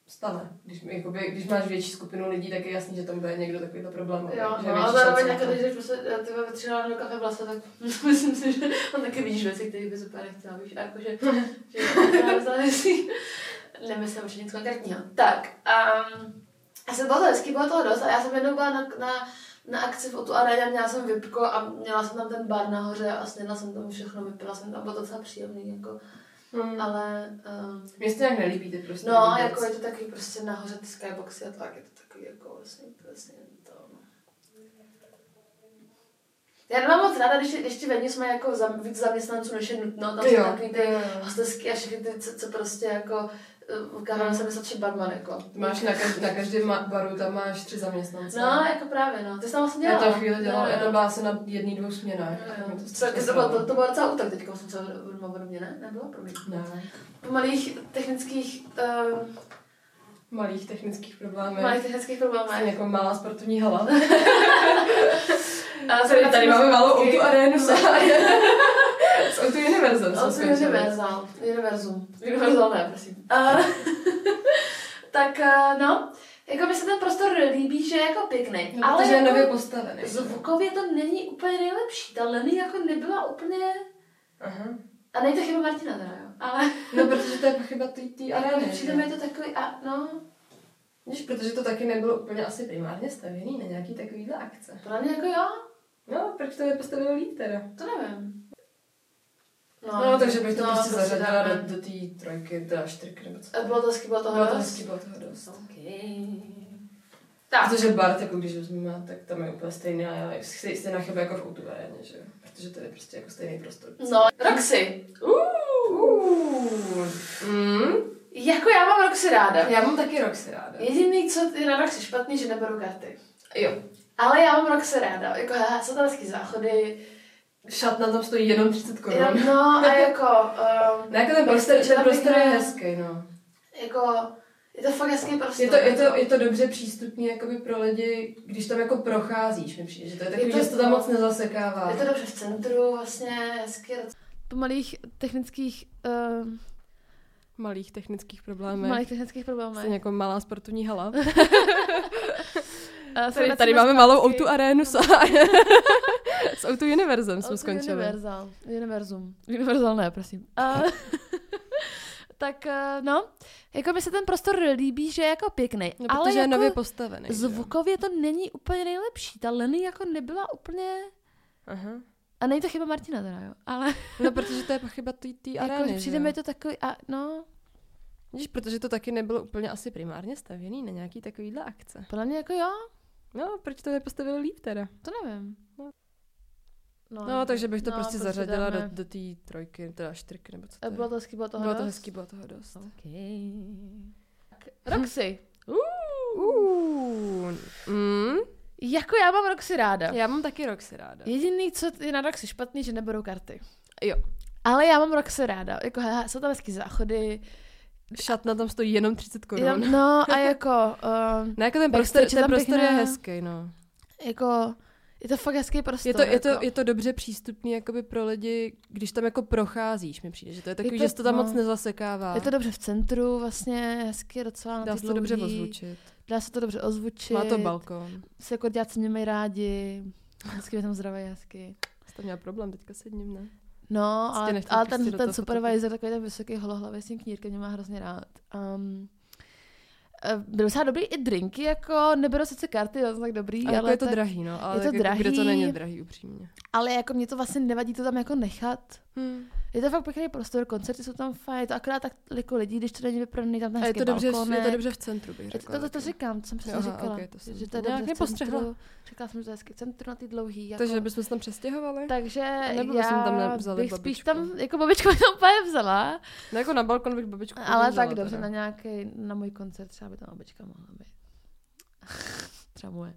B: stane. Když, jakoby, když máš větší skupinu lidí, tak je jasný, že tam bude někdo takovýto problém.
A: Jo, no, ale zároveň jako když jdeš prostě, eh, ty ve tři ráno do kafe v lese, tak myslím si, že on taky vidíš věci, které bys úplně nechtěla, víš, a jakože, že já záleží. Nemyslím určitě nic konkrétního. Tak, um, asi bylo to hezký, bylo toho dost a já jsem jednou byla na, na, na akci v Otu aréně a měla jsem vypko a měla jsem tam ten bar nahoře a snědla jsem tam všechno, vypila jsem tam, bylo to docela příjemný, jako,
B: Hmm.
A: ale... Um,
B: Mně se to nějak nelíbí ty prostě.
A: No,
B: vůbec.
A: jako je to taky prostě nahoře ty skyboxy a tak, je to takový jako vlastně, vlastně to, no. Já nemám moc ráda, když, když ti ve dní jsme jako za, víc zaměstnanců, než je nutno, tam
B: Ty
A: jsou
B: jo,
A: takový
B: jo,
A: ty
B: jo.
A: hostesky a všechny ty, co, co prostě jako, eh, ukázal jsem se třeba barman, jako.
B: Máš na, každém, na každém ma- baru, tam máš tři zaměstnance.
A: No, jako právě, no, ty jsi tam vlastně
B: já
A: dělala.
B: to chvíli dělala,
A: No,
B: já
A: no.
B: to byla asi na jedný, dvou směnách.
A: Jo,
B: Tak mi to
A: jo. Tak To
B: strašně
A: bylo,
B: stalo.
A: to, to bylo docela útok teďka, jsem se odmluvila ode mě, ne? Nebylo? Promiň.
B: Ne.
A: Po malých technických, um,
B: Malých technických problémů.
A: malých technických problémech.
B: Jsem jako malá sportovní hala.
A: A
B: Tady, tady máme malou
A: vždycky-
B: Outu arénu.
A: No.
B: S Outu Univerzem jsme
A: Osm
B: skončili.
A: univerzál. Univerzum. Univerzál ne, prosím. A, tak eh, no, jako mi se ten prostor líbí, že je jako pěkný.
B: No,
A: ale
B: protože je
A: jako
B: nově postavený.
A: zvukově to není úplně nejlepší. Ta Lenny jako nebyla úplně...
B: Aha.
A: A není to chyba Martina teda, jo. Ale
B: No, protože to je chyba tý, tý
A: jako
B: arény.
A: přijde mi to takový... A, no,
B: Víš, protože to taky nebylo úplně asi primárně stavěný na nějaký takovýhle akce.
A: podle mě jako jo,
B: No, proč to nepostavil líp teda?
A: to nevím.
B: No, no takže bych to no, prostě zařadila
A: dáme.
B: do, do té trojky, teda čtyřky nebo co.
A: A Bylo to chyba toho
B: Bylo to
A: dost?
B: hezky, bylo toho dost.
A: Okay.
B: Tak.
A: Tak.
B: Protože Bart, jako když vezmeme, tak tam je úplně stejná, stej- stejná chyba jako v Outu aréně, že jo? Protože to je prostě jako stejný prostor.
A: No, Roxy.
B: Uh. Mm.
A: Jako já mám Roxy ráda.
B: Já mám taky Roxy ráda.
A: Jediný, co je na Roxy špatný, že neberu karty.
B: Jo.
A: Ale já mám Roxy ráda. Jako já, satanský záchody.
B: Šat na tom stojí jenom 30 korun.
A: Jenom, no a jako... Um,
B: No, jako ten prostor,
A: Prostě
B: ten prostor je
A: tam bych-
B: hezký, no.
A: jako je to fakt hezký prostor. Jako,
B: Je to, je, to, je to dobře přístupný jakoby pro lidi, když tam jako procházíš, mi přijde, že to je takový,
A: Je to-
B: že se to tam moc nezasekává.
A: je to dobře v centru, vlastně hezky. Po malých technických, uh,
B: malých technických problémech.
A: malých technických problémech.
B: jako malá sportovní hala.
A: Uh,
B: malou Outu arénu s, s Outu Univerzem
A: Univerzal. Eh, Univerzum. Univerzal ne, prosím. A, tak eh, no, jako mi se ten prostor líbí, že je jako pěkný.
B: No,
A: ale jako...
B: postavený.
A: Zvukově to není úplně nejlepší. Ta Lenny jako nebyla úplně...
B: Aha.
A: A není to chyba Martina teda, jo? Ale
B: No, protože to je chyba té
A: jako, přijde mi to takový... A, no,
B: Víš, protože to taky nebylo úplně asi primárně stavěný na nějaký takovýhle akce.
A: podle mě jako jo,
B: No, proč to nepostavili líp teda?
A: to nevím.
B: No.
A: No,
B: No, takže bych to prostě, zařadila
A: dáme-
B: do, do té trojky, teda čtyřky, nebo co to
A: Eh,
B: je.
A: Bylo to hezký, bylo toho
B: bylo to
A: dost?
B: hezký, bylo toho dost.
A: Okay. Roxy.
B: Uh. Mm.
A: Jako já mám Roxy ráda.
B: Já mám taky Roxy ráda.
A: Jediný, co je na Roxy špatný, že neberou karty.
B: Jo.
A: Ale já mám Roxy ráda. Jako, haha, jsou tam hezký záchody.
B: Šatna tam stojí jenom 30 korun.
A: Jenom, no a jako... Um,
B: Ne, jako ten prostor,
A: Backstage je
B: ten
A: tam
B: prostor je
A: pěkná.
B: hezký, no.
A: jako je to fakt hezký prostor.
B: Je to, je,
A: jako.
B: to, je to dobře přístupný jakoby pro lidi, když tam jako procházíš, mi přijde, že to je takový,
A: to-
B: že se to tam
A: no.
B: moc nezasekává.
A: Je to dobře v centru, vlastně hezky docela na
B: Dá
A: ty
B: se to dobře
A: dlouhý.
B: ozvučit.
A: Dá se to dobře ozvučit.
B: Má to balkon.
A: Se jako děláci mě mají rádi. Hezky mě tam zdravé hezky.
B: Jsi tam měla problém teďka s jedním, ne?
A: No,
B: Prostě
A: ale,
B: nechtěl
A: ale
B: pustit
A: ten,
B: do
A: ten
B: toho
A: supervisor, takový ten vysoký holohlavý s tím knírkem, mě má hrozně rád. Um, eh, byly docela dobrý i drinky, jako neberou sice karty, to tak dobrý,
B: A jako
A: ale,
B: je to
A: tak,
B: drahý, no. Ale
A: to
B: tak jako Kde to
A: drahý.
B: není drahý, upřímně.
A: ale jako mě to vlastně nevadí to tam jako nechat.
B: Hmm.
A: Je to fakt pěkný prostor, koncerty jsou tam fajn, je to akorát tak jako lidí, když to není vyprodaný, tam ten
B: A je
A: hezký
B: to, dobře, je to
A: balkónek.
B: dobře v centru, bych
A: Je to,
B: řekla.
A: to, to, to
B: taky.
A: říkám, co jsem přesně
B: Aha,
A: říkala.
B: ok, to jsem
A: že to je
B: nějak
A: dobře v
B: nepostřehla.
A: centru. Říkala jsem, že to je hezky v centru na ty dlouhý. Jako,
B: Takže bychom se tam přestěhovali?
A: takže
B: nebo
A: já
B: bychom tam nevzali
A: bych spíš
B: babičku.
A: tam, jako babičku bych tam úplně vzala,
B: No jako na balkon bych babičku
A: ale
B: podvozala
A: tak dobře,
B: teda.
A: na nějaký, na můj koncert třeba by tam babička mohla být. třeba moje.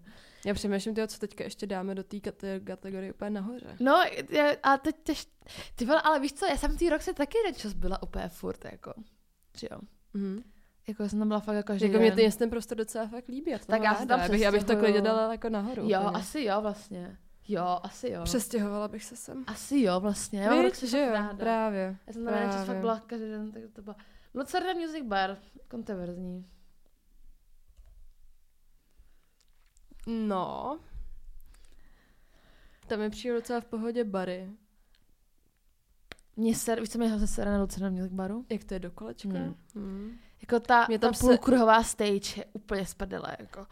B: Já přemýšlím, tyjo, co teďka ještě dáme do té kate- kategorie úplně nahoře.
A: No, já, a teď těž, ty vole, ale víš co, já jsem tý rok se taky nečas byla úplně furt, jako, že jo.
B: Mhm.
A: Jako já jsem tam byla fakt jako, že
B: Jako mě ten, ten prostor docela fakt líbí. Já to
A: Tak
B: mám
A: já se
B: ráda.
A: tam
B: já bych, já bych to
A: přestěhuju.
B: klidně dala jako nahoru.
A: Jo,
B: úplně.
A: asi jo vlastně. Jo, asi jo.
B: Přestěhovala bych se sem.
A: Asi jo vlastně. Já mám
B: Víš,
A: Roxy
B: že
A: fakt
B: jo,
A: ráda.
B: právě.
A: Já jsem tam na čas
B: Právě.
A: fakt byla každý den, takže to byla Lucerna Music Bar, kontroverzní.
B: No. Tam je přijde docela v pohodě bary.
A: Mě ser, už jsem jela zase na Lucena v Milk Baru.
B: Jak to je do kolečka?
A: Hmm.
B: Hmm.
A: Jako ta,
B: Mě
A: tam
B: tam
A: ta
B: se-
A: půlkruhová stage je úplně z prdele, jako.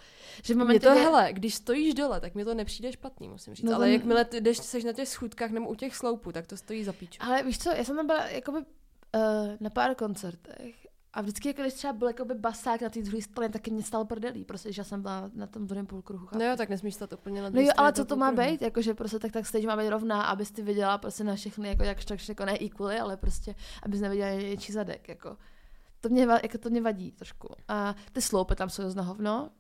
A: Že v
B: Mě
A: momentě,
B: to,
A: kdy-
B: hele, když stojíš dole, tak mi to nepřijde špatný, musím říct.
A: No
B: No
A: to
B: ale
A: n-
B: jakmile ty jdeš, seš na těch schůdkách nebo u těch sloupů, tak to stojí za píču.
A: Ale víš co, já jsem tam byla jakoby, uh, na pár koncertech a vždycky, jako, když třeba byl jakoby basák na té druhé straně, taky mě stál prdelí, prostě, že já jsem byla na tom druhém půlkruhu. chápeš?
B: No jo, tak nesmíš stát úplně na
A: No
B: druhé
A: jo,
B: straně
A: ale
B: toho
A: co to má
B: půlkruhu.
A: být? Jakože prostě tak, tak stage má být rovná, abys ty viděla prostě na všechny, jako jak tak jako ne equally, ale prostě, abys neviděla něčí zadek, jako. To mě, va- jako to mě vadí trošku. A ty sloupy tam jsou na hovno,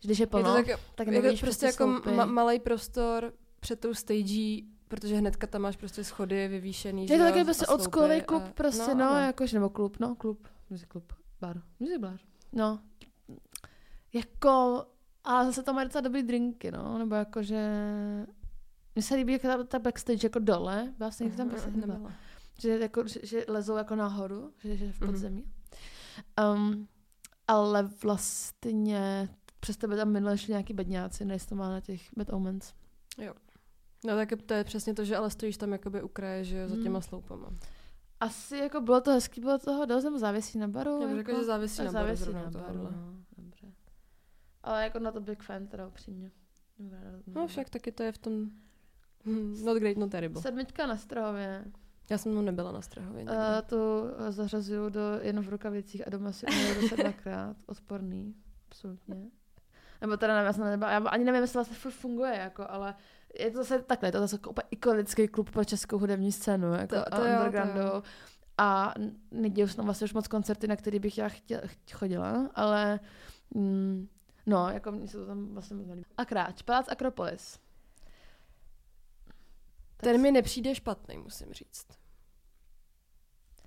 A: že když je
B: Je
A: plno,
B: to tak,
A: tak
B: jako
A: nevidíš
B: prostě jako ma- malý prostor před tou stagí, protože hnedka tam máš prostě schody vyvýšený.
A: Je
B: že
A: to
B: jo,
A: takový
B: a
A: prostě
B: sloupy
A: odskulový
B: a-
A: klub, prostě, no,
B: ano.
A: no jakož, nebo klub, no, klub, music klub, bar, music bar. No, jako, ale zase tam mají docela dobrý drinky, no, nebo jakože, mně se líbí, jak ta, ta backstage jako dole, vlastně nikdy tam
B: Mhm,
A: prostě nebyla.
B: nebyla. Mhm.
A: Že, jako, že, že lezou jako nahoru, že, že v podzemí. Um, ale vlastně přes tebe tam minule šli nějaký bedňáci, než to má na těch Bad Omens.
B: No tak to je přesně to, že ale stojíš tam jakoby u kraje, že jo, za
A: Mm.
B: těma sloupama.
A: Asi jako bylo to hezký, bylo toho dost, nebo závisí na baru.
B: Já bych
A: jako?
B: řekla, že závisí
A: A
B: na baru
A: závisí
B: zrovna
A: na
B: u
A: baru,
B: tohohle.
A: no, dobře. Ale jako na to big fan teda upřímně. Dobrá,
B: No však taky to je v tom hm, not great, not terrible.
A: Sedmička na Strahově.
B: Já jsem tam nebyla na Strahově nikdy.
A: Uh, tu eh, zařazuju do, jen v rukavicích a doma si umím zase dvakrát. Odporný. Absolutně. Nebo teda nevím, já jsem nebyla, já ani nevím, jestli vlastně furt funguje, jako, ale je to zase takhle, je to zase jako úplně ikonický klub pro českou hudební scénu, jako
B: To-
A: to,
B: to
A: to
B: jo, to
A: undergroundovou. A n- nedělám se tam vlastně už moc koncerty, na který bych já chtěla, chodila, ale mm, no, jako mně se to tam vlastně moc nelíbí. A kráč, Palác Akropolis.
B: Ten mi nepřijde špatný, musím říct.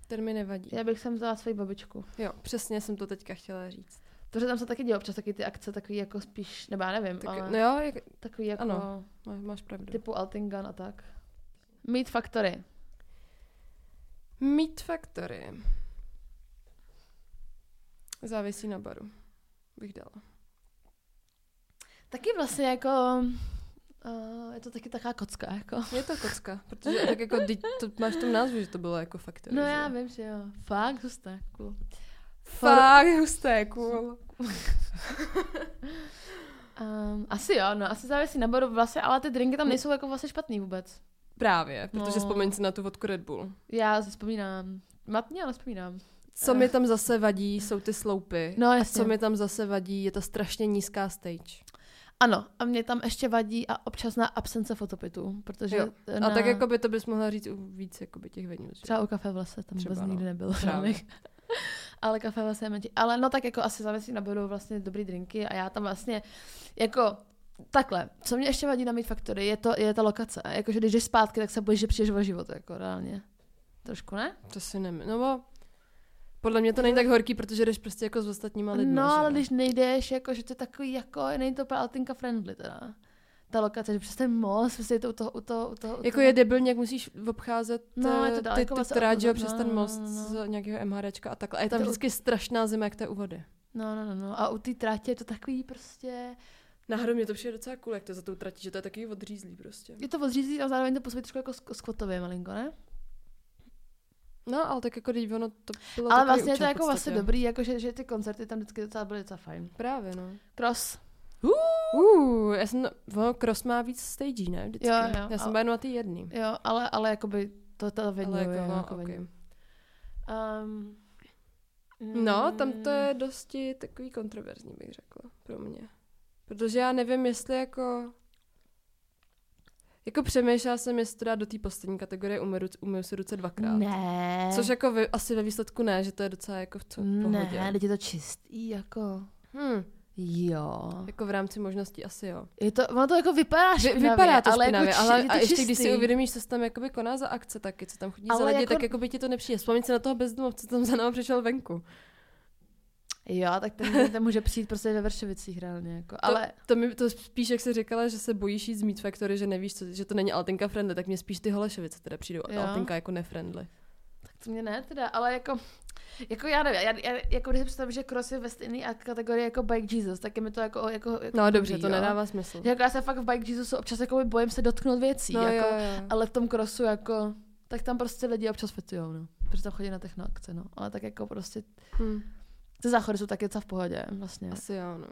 B: Ten mi nevadí.
A: Já bych sem vzala svoji babičku.
B: Jo, přesně jsem to teďka chtěla říct.
A: Protože tam se taky dělá občas taky ty akce, takový jako spíš, nebo já nevím,
B: Tak,
A: tak, ale
B: No
A: ne,
B: jo, jak,
A: takový jako
B: ano.
A: ano.
B: má- máš pravdu.
A: typu Altingan a tak. Meat Factory.
B: Meat Factory. Závisí na baru. Bych dala.
A: Taky vlastně jako, uh, je to taky taková kocka, jako.
B: Je to kocka, protože tak jako vždyť to máš v tom názvu, že to bylo jako Factory.
A: No
B: že?
A: já
B: jo?
A: vím, že jo. Fakt, husté, cool.
B: Fakt, husté, cool.
A: Um, asi jo, no, asi závisí na bodu vlastně, ale ty drinky tam nejsou jako vlastně špatný vůbec.
B: Právě, protože
A: No.
B: vzpomeň si na tu vodku Red Bull.
A: Já si vzpomínám. Matně, ale vzpomínám.
B: Co mi tam zase vadí, jsou ty sloupy.
A: No,
B: a
A: jasně.
B: co mi tam zase vadí, je ta strašně nízká stage.
A: Ano, a mě tam ještě vadí a občasná absence fotopitů, protože eh,
B: Jo.
A: na,
B: A tak jako by to bys mohla říct u víc jakoby těch venues. Že?
A: Třeba u kafe v lese, tam
B: Třeba,
A: vůbec
B: no.
A: nikdy nebylo
B: Právě.
A: žádných. Ale kafe v lese je menší. Ale no tak jako asi závisí na budou vlastně dobrý drinky a já tam vlastně jako takhle, co mě ještě vadí na Meat Factory, je, to, je ta lokace. Jakože když jdeš zpátky, tak se bojíš, že přijdeš o život, jako reálně. Trošku ne?
B: To si nevím. No bo, podle mě to není tak horký, protože jdeš prostě jako s ostatníma lidmi.
A: no,
B: že
A: ale
B: jo?
A: když nejdeš, jako, že to je takový, jako, není to úplně altinka friendly teda. Ta lokace, že přes ten most, prostě je to u toho, u toho, u toho. u
B: Jako
A: toho-
B: je debilně, jak musíš obcházet
A: No,
B: eh,
A: je to daleko
B: ty, ty
A: vlastně
B: trať,
A: od-
B: že jo,
A: no,
B: přes ten
A: no,
B: most
A: no.
B: z nějakého MHDčka a takhle. A je tam
A: To-
B: vždycky strašná zima, jak té úvody.
A: No, no, no, no. A u té trátě je to takový prostě...
B: Náhodou mě to přijde docela cool, jak to za tou tratí, že to je takový odřízlý prostě.
A: Je to odřízlý a zároveň to působí trošku jako sk- skvotově malinko, ne?
B: No, ale tak jako když ono to bylo
A: Ale
B: takový
A: vlastně je to
B: účel v
A: jako vlastně
B: podstatě.
A: dobrý, jako že, že ty koncerty tam vždycky docela byly docela fajn.
B: Právě, no.
A: Cross.
B: Uh, já jsem, ono, Cross má víc stagí, ne? Vždycky.
A: Jo, jo,
B: já jsem
A: ale-
B: byla jenom na ty jedný.
A: Jo, ale, ale jakoby to to venue
B: Ale
A: jako, je
B: jako, no,
A: jako
B: okay.
A: venue. Um,
B: No, tam
A: mm,
B: to je dosti takový kontroverzní, bych řekla, pro mě. Protože já nevím, jestli jako... Jako přemýšlela jsem, jestli to dá do té poslední kategorie umeru, umeru si ruce dvakrát.
A: Ne.
B: Což jako vy, asi ve výsledku ne, že to je docela jako v, co, v pohodě.
A: Ne, teď je to čistý, jako...
B: Hm,
A: Jo.
B: jako v rámci možností asi jo.
A: Je to, ono to jako vypadá
B: Vy,
A: špinavě,
B: vypadá to
A: ale
B: špinavě,
A: jako či,
B: ale
A: je to
B: a ještě
A: čistý.
B: když si uvědomíš, co se tam jakoby koná za akce taky, co tam chodí za
A: Ale
B: lidi,
A: jako-
B: tak jakoby ti to nepřijde. Vzpomeň si na toho bezdomovce, co tam za náma přišel venku.
A: Jo, tak ten, ten může přijít prostě ve Vršovicích reálně, jako. Ale...
B: To, to, mi, to spíš, jak jsi říkala, že se bojíš jít z Meat Factory, že nevíš, co, že to není Altinka friendly, tak mě spíš ty Holešovice teda přijdou
A: Jo.
B: Altinka jako nefriendly.
A: Tak to mě ne teda, ale jako, jako já nevím, já, já jako když si představím, že cross je ve stejné a kategorii jako Bike Jesus, tak je mi to jako, jako, jako
B: No dobře,
A: blbý,
B: to
A: jo.
B: nedává smysl.
A: Že Jako já se fakt v Bike Jesusu občas jako bojím se dotknout věcí,
B: No,
A: jako,
B: jo, jo.
A: ale v tom crossu jako, tak tam prostě lidi občas fetujou, no. Protože tam chodí na technoakce, no. Ale tak jako prostě,
B: Hm,
A: ty záchody jsou taky docela v pohodě, vlastně.
B: asi jo, no.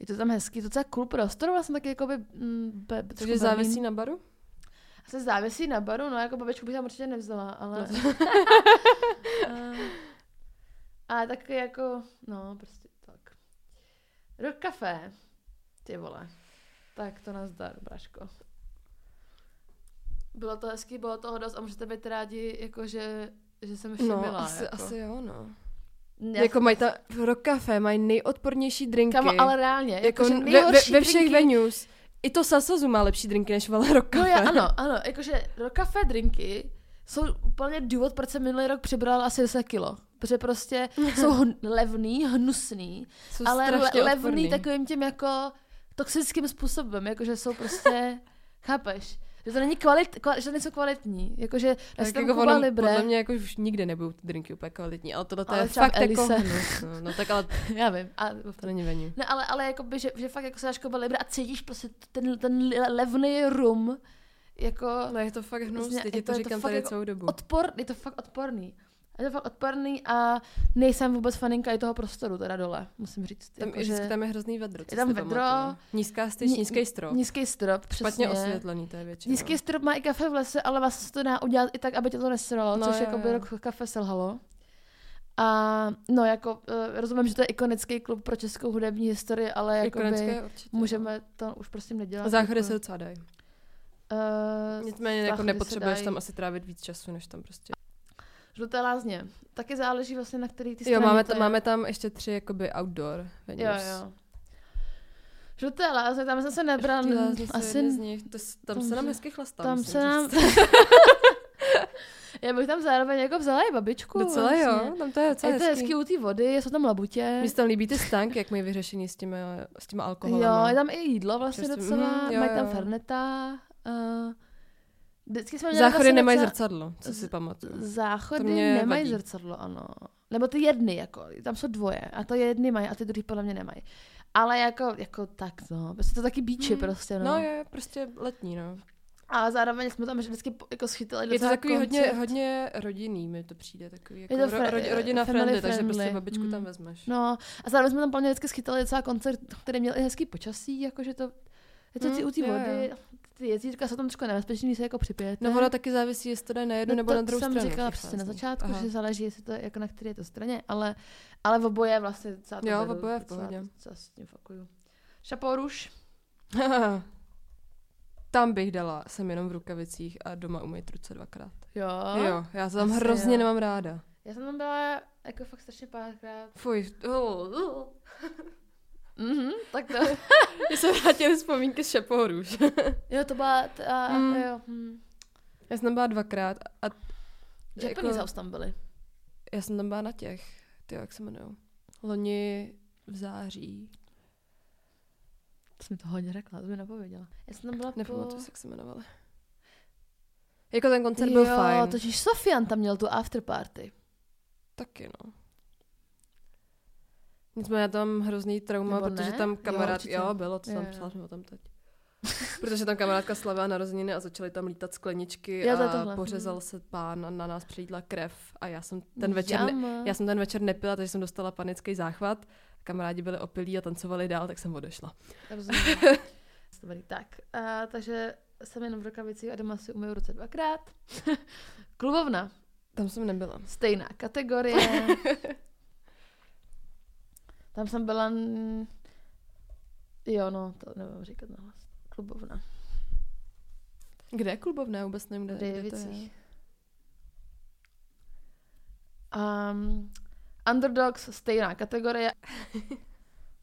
A: Je to tam hezký, je to docela cool prostor, vlastně taky jako by... Mm, be, trošku
B: Takže
A: baví.
B: závisí na baru?
A: Asi závisí na baru, no jako babičku bych tam určitě nevzala, ale... No. a tak jako, no prostě tak. Rock kafe. Ty vole. Tak to nazdar, Braško. Bylo to hezký, bylo toho dost a můžete být rádi, jako že, že jsem ještě
B: No,
A: byla.
B: asi,
A: jako.
B: asi jo, no.
A: Já-
B: Jako mají ta, v rock café mají nejodpornější drinky.
A: Kamo, ale reálně.
B: jako
A: jakože
B: ve, ve, ve
A: nejhorší
B: všech
A: drinky-
B: venues. I to Sasazu má lepší drinky než Vale Rock
A: No
B: Café.
A: já, ano, ano, jakože do kafe drinky jsou úplně důvod, proč jsem minulý rok přibrala asi 10 kilo. Protože prostě jsou hn- levný, hnusný,
B: Jsou
A: ale le-
B: strašně
A: levný
B: odporný.
A: takovým tím jako toxickým způsobem, jakože jsou prostě, chápeš? Že to není kvalit, kval, že to nejsou kvalitní, jakože já
B: Tak
A: si tam
B: jako
A: jako
B: ono,
A: Libre,
B: podle mě jako už nikde nebudou ty drinky úplně kvalitní, ale tohle to
A: Ale
B: je
A: třeba
B: fakt
A: Elise.
B: jako hnus, no, no tak ale
A: já vím, a
B: to není venue.
A: Ne, ale, ale jako by, že, že fakt jako se dáš Cuba Libre a cítíš prostě ten, ten levný rum, jako...
B: Ale No, je to fakt hnus,
A: Vlastně
B: teď
A: je
B: je to
A: to- je to
B: říkám
A: fakt
B: tady
A: jako
B: celou dobu.
A: Odpor, je to fakt odporný. Je to fakt odporný a nejsem vůbec faninka i toho prostoru teda dole, musím říct.
B: Tam,
A: Jako,
B: je,
A: že
B: vždycky tam je hrozný vedro, co
A: je tam
B: si
A: vedro,
B: pamatuju. Nízká styč,
A: ní-
B: nízký strop.
A: Nízký strop, přesně.
B: Špatně osvětlený, to je většinou.
A: Nízký strop má i kafe v lese, ale vlastně se to dá udělat i tak, aby tě to nesralo,
B: No,
A: no, což
B: jo,
A: jako
B: jo.
A: by rok kafe selhalo. A no jako, eh, rozumím, že to je ikonický klub pro českou hudební historii, ale jako by
B: Ikonické určitě. no.
A: můžeme to už prostě nedělat.
B: Záchody
A: jako,
B: se docela dají.
A: eh,
B: Nicméně jako
A: záchody se
B: nepotřebuješ
A: dají.
B: tam asi trávit víc času, než tam prostě.
A: Žluté lázně. Taky záleží vlastně na který ty
B: Jo,
A: straně
B: máme,
A: to
B: tam,
A: je.
B: máme tam ještě tři jakoby outdoor
A: Jo,
B: venues.
A: jo. Žluté lázně, tam jsem se nebral,
B: Ještě lázně jsou
A: asi
B: jedny z nich. To, s- tam,
A: tam
B: se nám
A: se-
B: hezky chlastá,
A: tam
B: musím
A: se nám...
B: říct.
A: Já bych tam zároveň jako vzala i babičku.
B: Docela jo,
A: vlastně.
B: tam to je docela
A: A je to hezký u té vody, jsou tam labutě.
B: Mně se tam líbí ty stánky, jak mají vyřešení s těmi, s těmi alkoholem.
A: Jo, je tam i jídlo vlastně
B: Čerstvý,
A: docela,
B: mhm, jo,
A: mají
B: jo.
A: tam ferneta. Uh, vždycky jsme měli
B: Záchody
A: vlastně
B: nemají
A: docela-
B: zrcadlo, co si pamatuju. To
A: Záchody
B: mě
A: nemají
B: vadí.
A: zrcadlo, ano. Nebo ty jedny, jako, tam jsou dvoje, a to jedny mají, a ty druhý podle mě nemají. Ale jako, jako tak, no, prostě to taky bíči,
B: Hmm.
A: prostě, no.
B: No je, prostě letní, no.
A: A zároveň jsme tam vždycky po- jako schytali
B: Je to
A: docela
B: takový hodně,
A: koncept.
B: hodně rodinný, mi to přijde, takový jako
A: to
B: ro,
A: fra-
B: ro, rodina
A: family
B: friendly, takže
A: friendly.
B: prostě babičku
A: Mm.
B: tam vezmeš.
A: No, a zároveň jsme tam plně vždycky schytali docela koncert, který měl i hezký počasí, jakože to, je to
B: Mm,
A: mm, u té
B: jo, jo.
A: vody, ty jezdítka jsou tam trošku nebezpečný, když se jako připijete.
B: No ono taky závisí, jestli to jde na jednu
A: No
B: nebo
A: to
B: na druhou
A: jsem
B: stranu.
A: říkala
B: těch
A: přesně na
B: lázní.
A: začátku,
B: Aha.
A: že záleží, jestli to je jako na které je to straně, ale, ale v oboje vlastně docela to
B: Jo,
A: beru,
B: v oboje v
A: docela-
B: pohodě.
A: Docela s tím fakuju. Šaporuš.
B: Tam bych dala, jsem jenom v rukavicích a doma umýt ruce dvakrát.
A: Jo.
B: Jo, já to tam
A: Asi
B: hrozně
A: jo.
B: nemám ráda.
A: Já jsem tam byla jako fakt strašně párkrát.
B: Fuj, oh,
A: Mhm, tak to.
B: Já se vrátím vzpomínky z šepou růž.
A: jo, to byla, ta,
B: Mm.
A: jo. Hm.
B: já jsem tam byla dvakrát a, a
A: Japanese jako... House tam byly.
B: já jsem tam byla na těch, ty jak se jmenují, loni v září.
A: To jsem to hodně řekla, to mi napověděla. Já jsem tam byla
B: Nepamatuju
A: po...
B: se, jak se jmenovala. Jako ten koncert byl
A: jo,
B: fajn.
A: totiž Sofian tam měl tu afterparty.
B: Taky no. Nicméně já tam hrozný trauma,
A: Nebo
B: protože
A: ne?
B: tam
A: Jo,
B: kamarád...
A: určitě.
B: Jo, bylo, to jsem
A: Jo.
B: psala jsem o tam teď. Protože tam kamarádka slavila narozeniny a začaly tam lítat skleničky
A: Jo, to je
B: a
A: tohle. Mhm.
B: pořezal se pán a na nás přilítla krev a já jsem ten večer, ne,
A: Jama.
B: já jsem ten večer nepila, takže jsem dostala panický záchvat. Kamarádi byli opilí a tancovali dál, tak jsem odešla.
A: Rozumím. Dobrý, tak. A, takže jsem jenom v rukavicích a doma si umyju ruce dvakrát. Klubovna.
B: Tam jsem nebyla.
A: Stejná kategorie. Tam jsem byla... mm, Jo, no, to nevím říkat na hlas. Klubovna.
B: Kde je klubovna? Já Vůbec nevím, kde,
A: V
B: kde to je.
A: Dejvicích. Um, underdogs, stejná kategorie.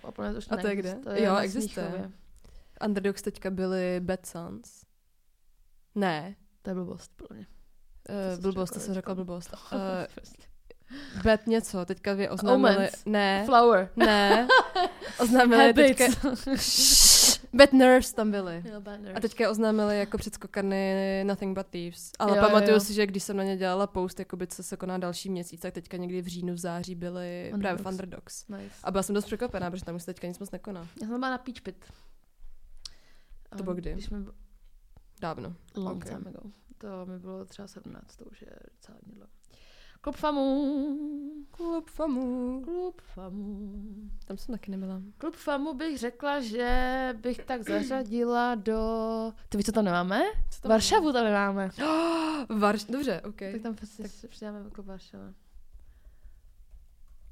A: Úplně už
B: A to je kde?
A: neexistuje,
B: Jo,
A: na
B: existuje.
A: Smíchově.
B: Underdogs teďka byli Bad Sons. Ne,
A: To je blbost, podle mě. Prostě.
B: eh,
A: jsi
B: blbost, to
A: řekla
B: jsem řekla
A: teďka.
B: blbost. Eh, Bet něco, teďka vy oznámili...
A: Omens.
B: Ne,
A: Flower.
B: ne, oznámili
A: Habits.
B: teďka... Šš. Bad Nerves tam byly.
A: Jo, banner.
B: A teďka je oznámili jako předskokany Nothing But Thieves. Ale
A: Jo,
B: jo,
A: jo,
B: pamatuju
A: jo.
B: si, že když jsem na ně dělala post, jakoby, co se koná další měsíc, tak teďka někdy v říjnu, v září byly
A: Underdogs.
B: právě v Underdogs.
A: Nice.
B: A byla jsem dost překvapená, protože tam už se teďka nic moc nekoná.
A: Já jsem byla na Peach Pit.
B: To bylo kdy?
A: Když jsme
B: Dávno.
A: Long
B: Ok.
A: time ago. To mi bylo třeba 17, to už je docela hodně dlouho. Klub famu.
B: Klub famů.
A: Klub famu.
B: Tam jsem taky nebyla.
A: Klub famu bych řekla, že bych tak zařadila do... Ty víš, co tam nemáme?
B: Co tam
A: Varšavu tam nemáme. No,
B: Varš... Dobře, OK.
A: Tak tam prostě tak... přidáme jako Varšava.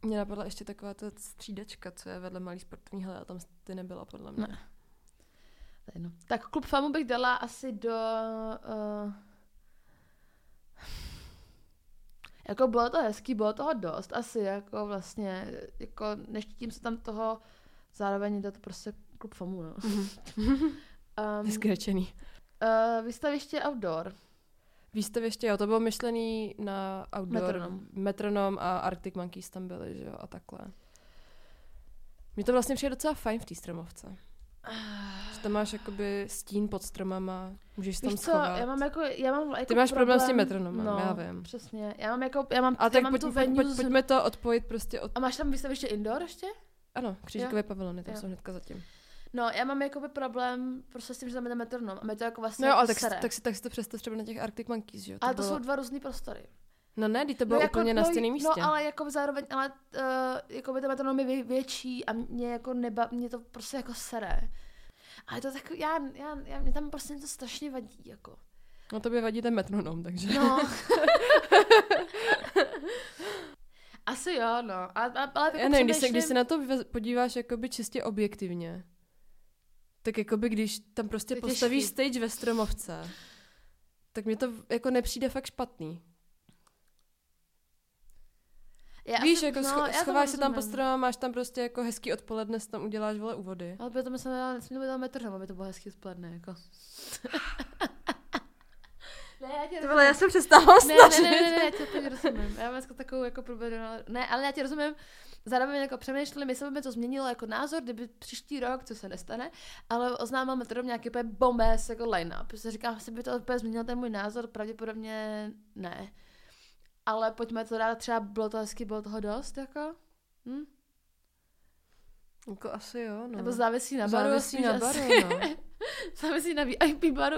B: Mě napadla ještě taková ta střídačka, co je vedle malý sportovní haly, ale tam ty nebyla podle mě.
A: Ne. To je jedno. Tak klub famu bych dala asi do... Uh... Jako bylo to hezký, bylo toho dost asi, jako vlastně, jako neštítím se tam toho, zároveň je to prostě klub famu, no. um,
B: Hezky řečený.
A: uh, výstaviště outdoor.
B: Výstaviště, jo, to bylo myšlený na outdoor.
A: Metronom.
B: Metronom a Arctic Monkeys tam byly, že jo, a takhle. Mně to vlastně přijde docela fajn v té stromovce. Že tam máš jakoby stín pod stromama, můžeš se tam
A: Víš co,
B: schovat.
A: já mám jako, já mám jako no,
B: Ty máš problém s tím metronomem, já vím.
A: Přesně, já mám jako, já mám,
B: A
A: já
B: tak
A: mám
B: pojď,
A: tu
B: pojď,
A: venue
B: pojď,
A: z-
B: pojďme to odpojit prostě od...
A: A máš tam výstaviště indoor ještě?
B: Ano, křížkové pavilony, tam
A: Jo.
B: jsou hnedka zatím.
A: No, já mám jakoby problém prostě s tím, že tam je ten metronom. A mě to jako vlastně
B: No jo, ale
A: jako
B: tak,
A: sere.
B: si- tak, si, tak si to představ třeba na těch Arctic Monkeys, že jo?
A: ale to
B: bylo...
A: jsou dva různé prostory.
B: No ne, teď to bylo no, úplně na stejném místě.
A: No, ale jako zároveň, ale uh, jako by ten metronom je vě- větší a mě jako neba, mě to prostě jako sere. A je to tak, já, já, já mě tam prostě něco strašně vadí, jako.
B: no to by vadí ten metronom, takže...
A: No. Asi jo, no. A, a, ale jako
B: Já nevím, když se,
A: především-
B: když se na to vyve- podíváš jakoby čistě objektivně, tak jakoby když tam prostě
A: To je
B: postavíš
A: těžký.
B: stage ve Stromovce, tak mi to jako nepřijde fakt špatný.
A: Já
B: Víš,
A: asi-
B: jako
A: no, já
B: scho-
A: tomu
B: schováš se tam po
A: rozumím.
B: stromám, máš tam prostě jako hezký odpoledne, si tam uděláš vole úvody.
A: Ale by to myslím, že nesmí být tam metr, aby to bylo hezky spadne, jako. ne, já tě rozumím.
B: jsem přestávám
A: Ne, ne, ne, ne, ne, já tě úplně rozumím. Já mám jako takovou jako průběrnou... Ne, ale já tě rozumím. Zároveň jako přemýšleli, jestli by mi to změnilo jako názor, kdyby příští rok, co se nestane, ale oznámil metodom nějaký úplně bombes jako line-up. Prostě říkám, jestli by to úplně změnilo ten můj názor, pravděpodobně ne. Ale pojďme to dát, třeba bylo to hezky, bylo toho dost, jako.
B: No.
A: Hm?
B: Jako asi jo, no.
A: Nebo závisí na baru.
B: Závisí
A: spíš
B: na
A: asi.
B: baru, no.
A: Závisí na VIP baru.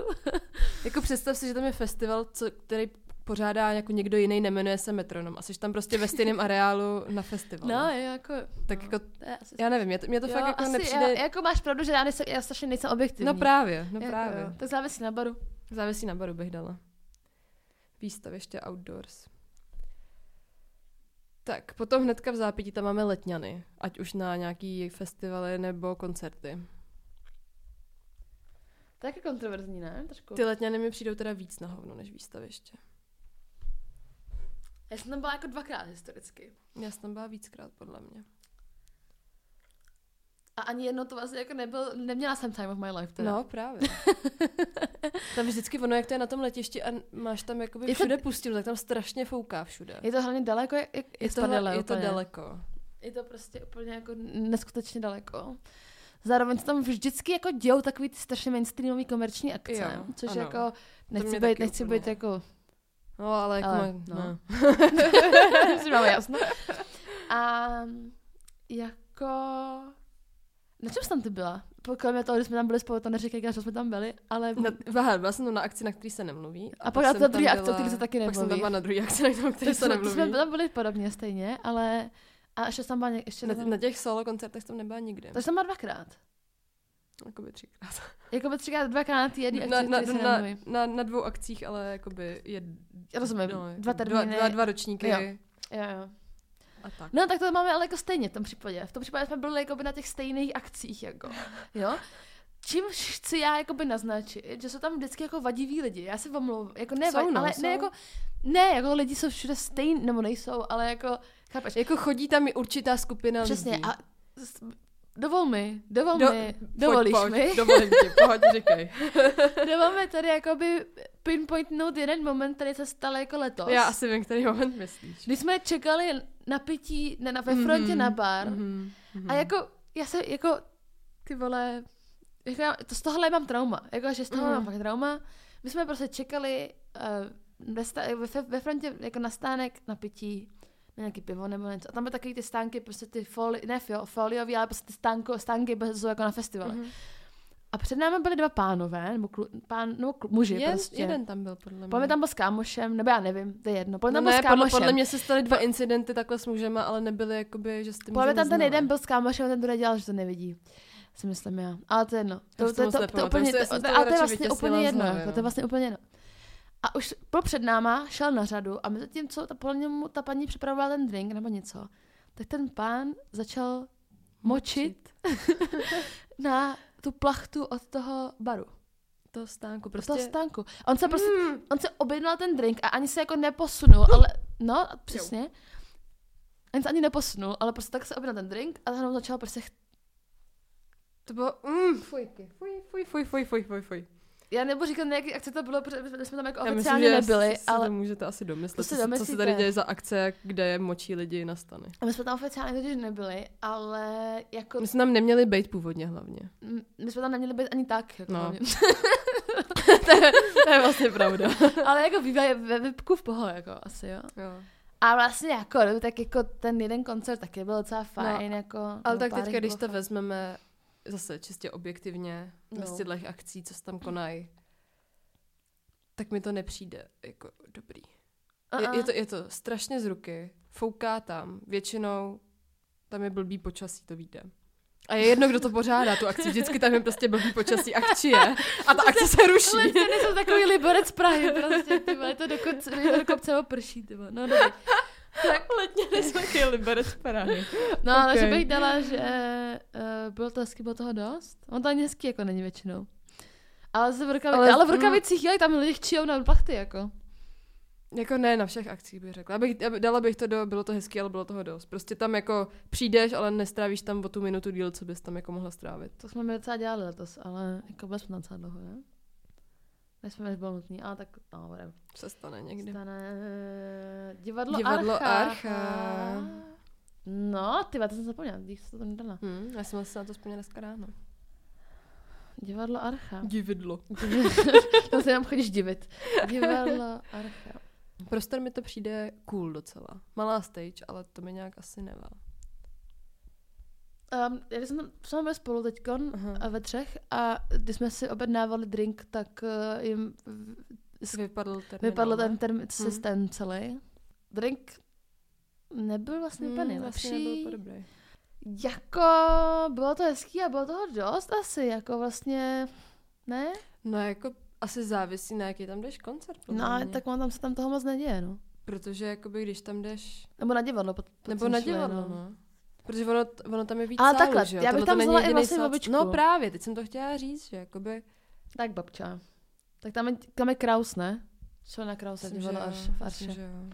B: Jako představ si, že tam je festival, co, který pořádá jako někdo jiný, nemenuje se Metronom. A jsi tam prostě ve stejném areálu na festivalu.
A: No, je jako...
B: tak
A: no,
B: jako,
A: to je asi...
B: já nevím, mě to, mě to
A: jo,
B: fakt jako
A: asi,
B: nepřijde...
A: jo, jako máš pravdu, že já, nejsem, já strašně nejsem objektivní.
B: no právě, no
A: Jako
B: právě.
A: jo. Tak závisí na baru.
B: Závisí na baru bych dala. Výstaviště outdoors. Tak, potom hnedka v zápětí tam máme letňany. Ať už na nějaký festivaly nebo koncerty.
A: To je taky kontroverzní, ne? Trošku.
B: Ty letňany mi přijdou teda víc na hovno než výstaviště.
A: Já jsem tam byla jako dvakrát historicky.
B: Já jsem tam byla víckrát, podle mě.
A: A ani jedno to vlastně jako nebyl, neměla jsem time of my life teda.
B: No, právě. tam vždycky ono, jak to je na tom letišti a máš tam
A: Je
B: jakoby
A: to-
B: všude pustím, tak tam strašně fouká všude.
A: Je to hlavně daleko, jak, jak
B: Je to,
A: spadalo
B: je to
A: úplně.
B: daleko.
A: Je to prostě úplně jako neskutečně daleko. Zároveň se tam vždycky jako dějou takový ty strašně mainstreamový komerční akce,
B: Jo,
A: což
B: ano.
A: jako nechci
B: mě
A: být,
B: taky
A: nechci
B: úplně-
A: být jako
B: No, ale, jako
A: Ale,
B: má,
A: no.
B: no. no.
A: si máme jasno. A jako... Na čem jsi tam ty byla? Po- Kromě toho, když jsme tam byli spolu, to neříkej, že jsme tam byli, ale...
B: Na, aha, byla jsem tam na akci, na který se nemluví.
A: A pak na
B: jsem
A: té
B: tam
A: druhé akci, o
B: byla-
A: který se taky
B: Pak jsem tam
A: nemluví.
B: byla na druhé akci, na kterou-
A: to
B: který se
A: jsme, to
B: nemluví.
A: jsme tam byli podobně stejně, ale... A ještě jsem tam byla... ně- Ještě
B: na,
A: tam...
B: na těch solo koncertech jsem nebyla nikdy.
A: To jsem byla dvakrát.
B: Jakoby třikrát.
A: Jako by třikrát, dvakrát na té jedné
B: Na,
A: akci,
B: na,
A: na, se
B: na,
A: nemluví.
B: na, na dvou akcích, ale jakoby je...
A: Rozumím,
B: jako
A: dva termíny.
B: Dva, dva, dva ročníky
A: Jo. Jo, jo.
B: a tak.
A: No tak to máme ale jako stejně v tom případě. V tom případě jsme byli jako by na těch stejných akcích, jako. Jo? Čím chci já jakoby naznačit, že jsou tam vždycky jako vadiví lidi. Já se omlouvám. Jako ne,
B: Jsou,
A: va-
B: no,
A: ale
B: jsou.
A: ne jako, ne, jako lidi jsou všude stejní, nebo nejsou, ale jako, chápeš?
B: Jako chodí tam i určitá skupina
A: Přesně.
B: lidí.
A: A s- dovol mi, dovol
B: Do-
A: mi, dovolíš
B: pojď,
A: mi.
B: Pojď, dovolím ti, pojď, říkej.
A: Dovol mi tady jakoby pinpointnout jeden moment, který se stal jako letos.
B: Já asi vím, který moment myslíš.
A: Když jsme čekali na pití na, na, ve frontě
B: Mhm,
A: na bar
B: Mhm, mhm.
A: a jako, já se jako, ty vole, jako já, to z tohohle mám trauma, jako že z toho
B: Mm.
A: mám fakt trauma. My jsme prostě čekali uh, ve, sta- ve, fe- ve, frontě jako na stánek na pití, na nějaký pivo nebo něco. A tam byly takový ty stánky, prostě ty foli, ne fio, foliový, ale prostě ty stánko, stánky bez jako na festivale.
B: Mhm.
A: A před námi byli dva pánové, nebo, klu, pán, nebo klu, muži
B: Jen,
A: prostě.
B: Jeden tam byl, podle mě.
A: Podle mě tam byl s kámošem, nebo já nevím, to je jedno. Podle
B: No
A: mě
B: Mm.
A: tam byl
B: ne,
A: s
B: podle,
A: kámošem.
B: podle mě se staly dva incidenty takhle s mužema, ale nebyly jakoby, že jste
A: Podle mě tam ten jeden byl s kámošem a ten druhý dělal, že to nevidí. Si myslím já. Ale to je jedno.
B: Já
A: To,
B: si
A: to,
B: to
A: je
B: moc
A: to, to,
B: nepamatuju,
A: úplně,
B: já
A: to,
B: jsem si
A: to,
B: to
A: ale to
B: radši
A: je vlastně
B: vytěsnila
A: úplně
B: z
A: jedno.
B: hlavy,
A: Jako,
B: no.
A: to je vlastně úplně jedno. A už byl před náma, šel na řadu a mezi tím, co ta, podle němu ta paní připravovala ten drink nebo něco, tak ten pán začal močit na tu plachtu od toho baru.
B: To stánku,
A: Prostě...
B: prostě...
A: Toho stánku. A On se prostě, mm. on se objednal ten drink a ani se jako neposunul, ale, no, přesně. Ani se ani neposunul, ale prostě tak se objednal ten drink a najednou začal prostě, ch-
B: To bylo, mm, fujky, fuj, fuj, fuj, fuj, fuj, fuj, fuj.
A: já nebudu říkat nějaký akce to bylo, protože my jsme tam jako
B: Já myslím,
A: oficiálně
B: že
A: nebyli,
B: si
A: ale
B: to můžete asi domyslet,
A: To si
B: co, se- co se tady
A: domyslíte.
B: děje za akce, kde močí lidi na stany.
A: my jsme tam oficiálně totiž nebyli, ale jako,
B: My jsme tam neměli být původně hlavně.
A: m- my jsme tam neměli být ani tak, jako
B: No.
A: hlavně.
B: To je vlastně pravda.
A: ale jako bývají ve vypku v pohodě, jako asi, jo.
B: jo.
A: A vlastně jako, no, tak jako ten jeden koncert taky byl docela fajn, jako.
B: Ale
A: no,
B: tak
A: pár
B: teďka, když
A: bylo
B: to
A: fajn.
B: vezmeme zase čistě objektivně, no.
A: No.
B: z těchto akcí, co se tam konají, tak mi to nepřijde jako dobrý.
A: Uh-uh.
B: Je, je, to, je to strašně z ruky, fouká tam, většinou tam je blbý počasí, to víte. A je jedno, kdo to pořádá, tu akci, vždycky tam je prostě blbý počasí, akci je a ta akce se ruší.
A: Lidceny jsou takový liberec Prahy, prostě, ty vole, to do, kopce, do kopce nebo prší, ty vole. No, dobrý. Tak,
B: Letně nesmoký liberec Prahy.
A: no ale
B: Ok.
A: že bych dala, že uh, bylo to hezky, bylo toho dost. On to ani hezky jako není většinou. Ale, se v, rukavi-
B: Ale- no.
A: ale, ale v rukavicích, jo, tam lidi chčijou na plachty, jako.
B: Jako ne na všech akcích bych řekla. Abych, ab- dala bych to do, bylo to hezky, ale bylo toho dost. Prostě tam jako přijdeš, ale nestrávíš tam o tu minutu díl, co bys tam jako mohla strávit.
A: To jsme mi docela dělali letos, ale jako byli jsme tam docela dlouho, ne? Než jsme než bylo nutný, ale tak, no, whatever.
B: Se stane někdy.
A: Stane... eh, Divadlo,
B: Divadlo
A: Archa.
B: Archa.
A: No, ty, vole, to jsem zapomněla, když jsem to tam dala.
B: Hm, já jsem se na to vzpomněla dneska ráno.
A: Divadlo Archa.
B: Dividlo.
A: Tam se nám chodíš divit. Divadlo Archa.
B: Prostor mi to přijde cool docela. Malá stage, ale to mi nějak asi nevá.
A: Um, já když jsem tam, jsme byli spolu teď
B: Aha.
A: a ve třech a když jsme si objednávali drink, tak uh, jim v- s-
B: Vypadl ten.
A: vypadl ten, ten
B: Mhm.
A: systém celý. Drink nebyl vlastně úplně nejlepší.
B: Vlastně nebyl dobrý.
A: jako bylo to hezký a bylo toho dost asi, jako vlastně, ne?
B: No jako asi závisí na jaký tam jdeš koncert. podle
A: No ale
B: mě.
A: tak on tam se tam toho moc neděje, no.
B: Protože jakoby když tam jdeš
A: Nebo na divadlo. Pod, pod
B: Nebo na divadlo, no. Protože ono, ono tam je víc
A: Ale
B: sálů,
A: takhle,
B: že jo?
A: já bych
B: Tohle
A: tam
B: to není
A: vzala i
B: jediný
A: vlastně
B: sál, co-
A: babičku.
B: No právě, teď jsem to chtěla říct, že jakoby...
A: Tak babča. Tak tam je, tam je Kraus, ne? Co na Krause
B: myslím, že
A: divadlo
B: jo,
A: Arše?
B: myslím,
A: Arše.
B: že jo.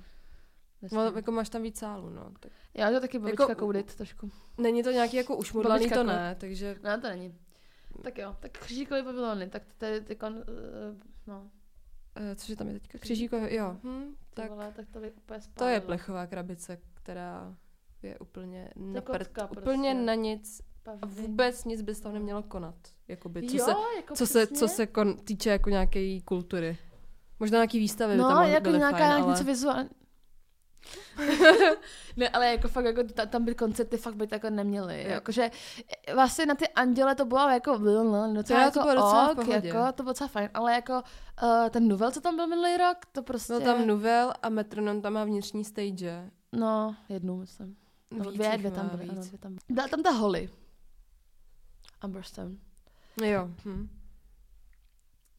A: myslím.
B: No, jako máš tam víc sálů, no. Tak.
A: Já to taky babička
B: Jako-
A: jako, koudit trošku.
B: Není to nějaký jako ušmudlaný,
A: Babička
B: to
A: kolik.
B: ne, takže...
A: No, to není. Tak jo, tak křížíkové pavilony, tak to je ty kon, eh, no,
B: eh, Cože tam je teďka? Křížíko, jo. Hm,
A: ty
B: tak
A: tak, vole, tak to by úplně
B: to je
A: spálilo.
B: plechová krabice, která je úplně na prd,
A: kotka
B: úplně
A: prostě.
B: na nic a
A: Pavilon.
B: vůbec nic by se tam nemělo konat, jakoby, co
A: jo,
B: se,
A: jako
B: co se, co
A: přesně.
B: se kon, týče jako nějaké kultury. Možná nějaký výstavy by
A: No,
B: tam mohly-
A: jako
B: byly
A: nějaká
B: fajn, ale...
A: něco vizuální. ne, ale jako fakt, jako ta, tam by koncerty fakt by jako neměly.
B: Jo.
A: Jakože eh, vlastně na ty anděle to bylo jako no, docela
B: Jo, to
A: jako
B: bylo docela v
A: ok,
B: pohodě.
A: jako, to bylo docela fajn, ale jako uh, ten novel, co tam byl minulý rok, to prostě...
B: Byl No, tam Nuvel a Metronom tam má vnitřní stage.
A: No, jednu myslím. Nebo No, dvě,
B: jich
A: dvě
B: má,
A: tam byly, ano,
B: víc.
A: dvě tam byly. Byla tam ta Holly. Amberstone.
B: Jo. Hm.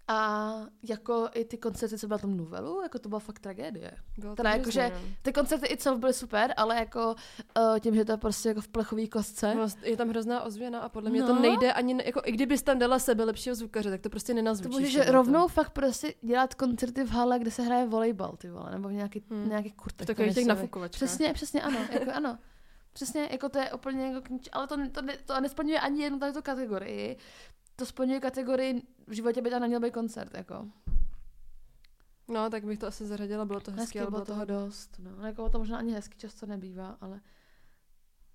A: A jako i ty koncerty, co byla tam novelu, jako to byla fakt tragédie.
B: Bylo
A: Teda
B: to
A: jakože-
B: hrozný,
A: Ty koncerty i cel byly super, ale jako uh, tím, že to je prostě jako v plechový kostce.
B: no. Ono- Je tam hrozná ozvěna a podle mě to
A: No.
B: nejde ani, jako i kdybys tam dala sebe lepšího zvukaře, tak to prostě
A: To
B: nenazvučíš.
A: můžeš
B: tohleto.
A: rovnou fakt prostě dělat koncerty v hale, kde se hraje volejbal, ty vole, nebo v nějaký,
B: Hmm.
A: hmm. nějaký
B: V
A: kurtek.
B: takových těch
A: tenisový.
B: nafukovačkách.
A: Přesně, přesně, ano, jako ano. Přesně, jako to je úplně jako k nič, ale to, ne- to, ne, to nesplňuje ani jednu tady tu kategorii. To splňuje kategorii, v životě by tam neměl být koncert, jako.
B: No, tak bych to asi zařadila, bylo to hezky,
A: Hezky
B: ale
A: bylo toho dost, no. Jako to možná ani hezky často nebývá, ale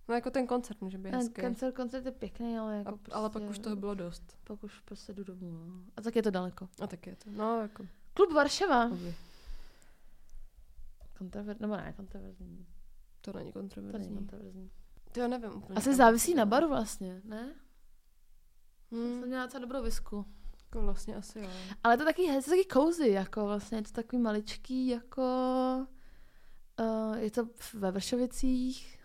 B: No jako ten koncert může být hezký.
A: Koncert, koncert je pěkný, ale jako
B: A,
A: prostě,
B: ale pak už toho bylo dost.
A: Pak už prostě jdu domů. No. A tak je to daleko.
B: A tak je to. No, jako.
A: Klub Varšava.
B: obě.
A: Kontrover, nebo ne, kontroverzní.
B: To není
A: To není
B: kontroverzní.
A: kontroverzní.
B: To já nevím úplně.
A: Asi
B: kam-
A: závisí na baru vlastně, ne? Jsem
B: Hmm,
A: měla docela dobrou visku.
B: jako vlastně asi jo.
A: Ale to taky, je to taky cozy, jako vlastně, je to takový maličký, jako... Uh, je to ve Vršovicích.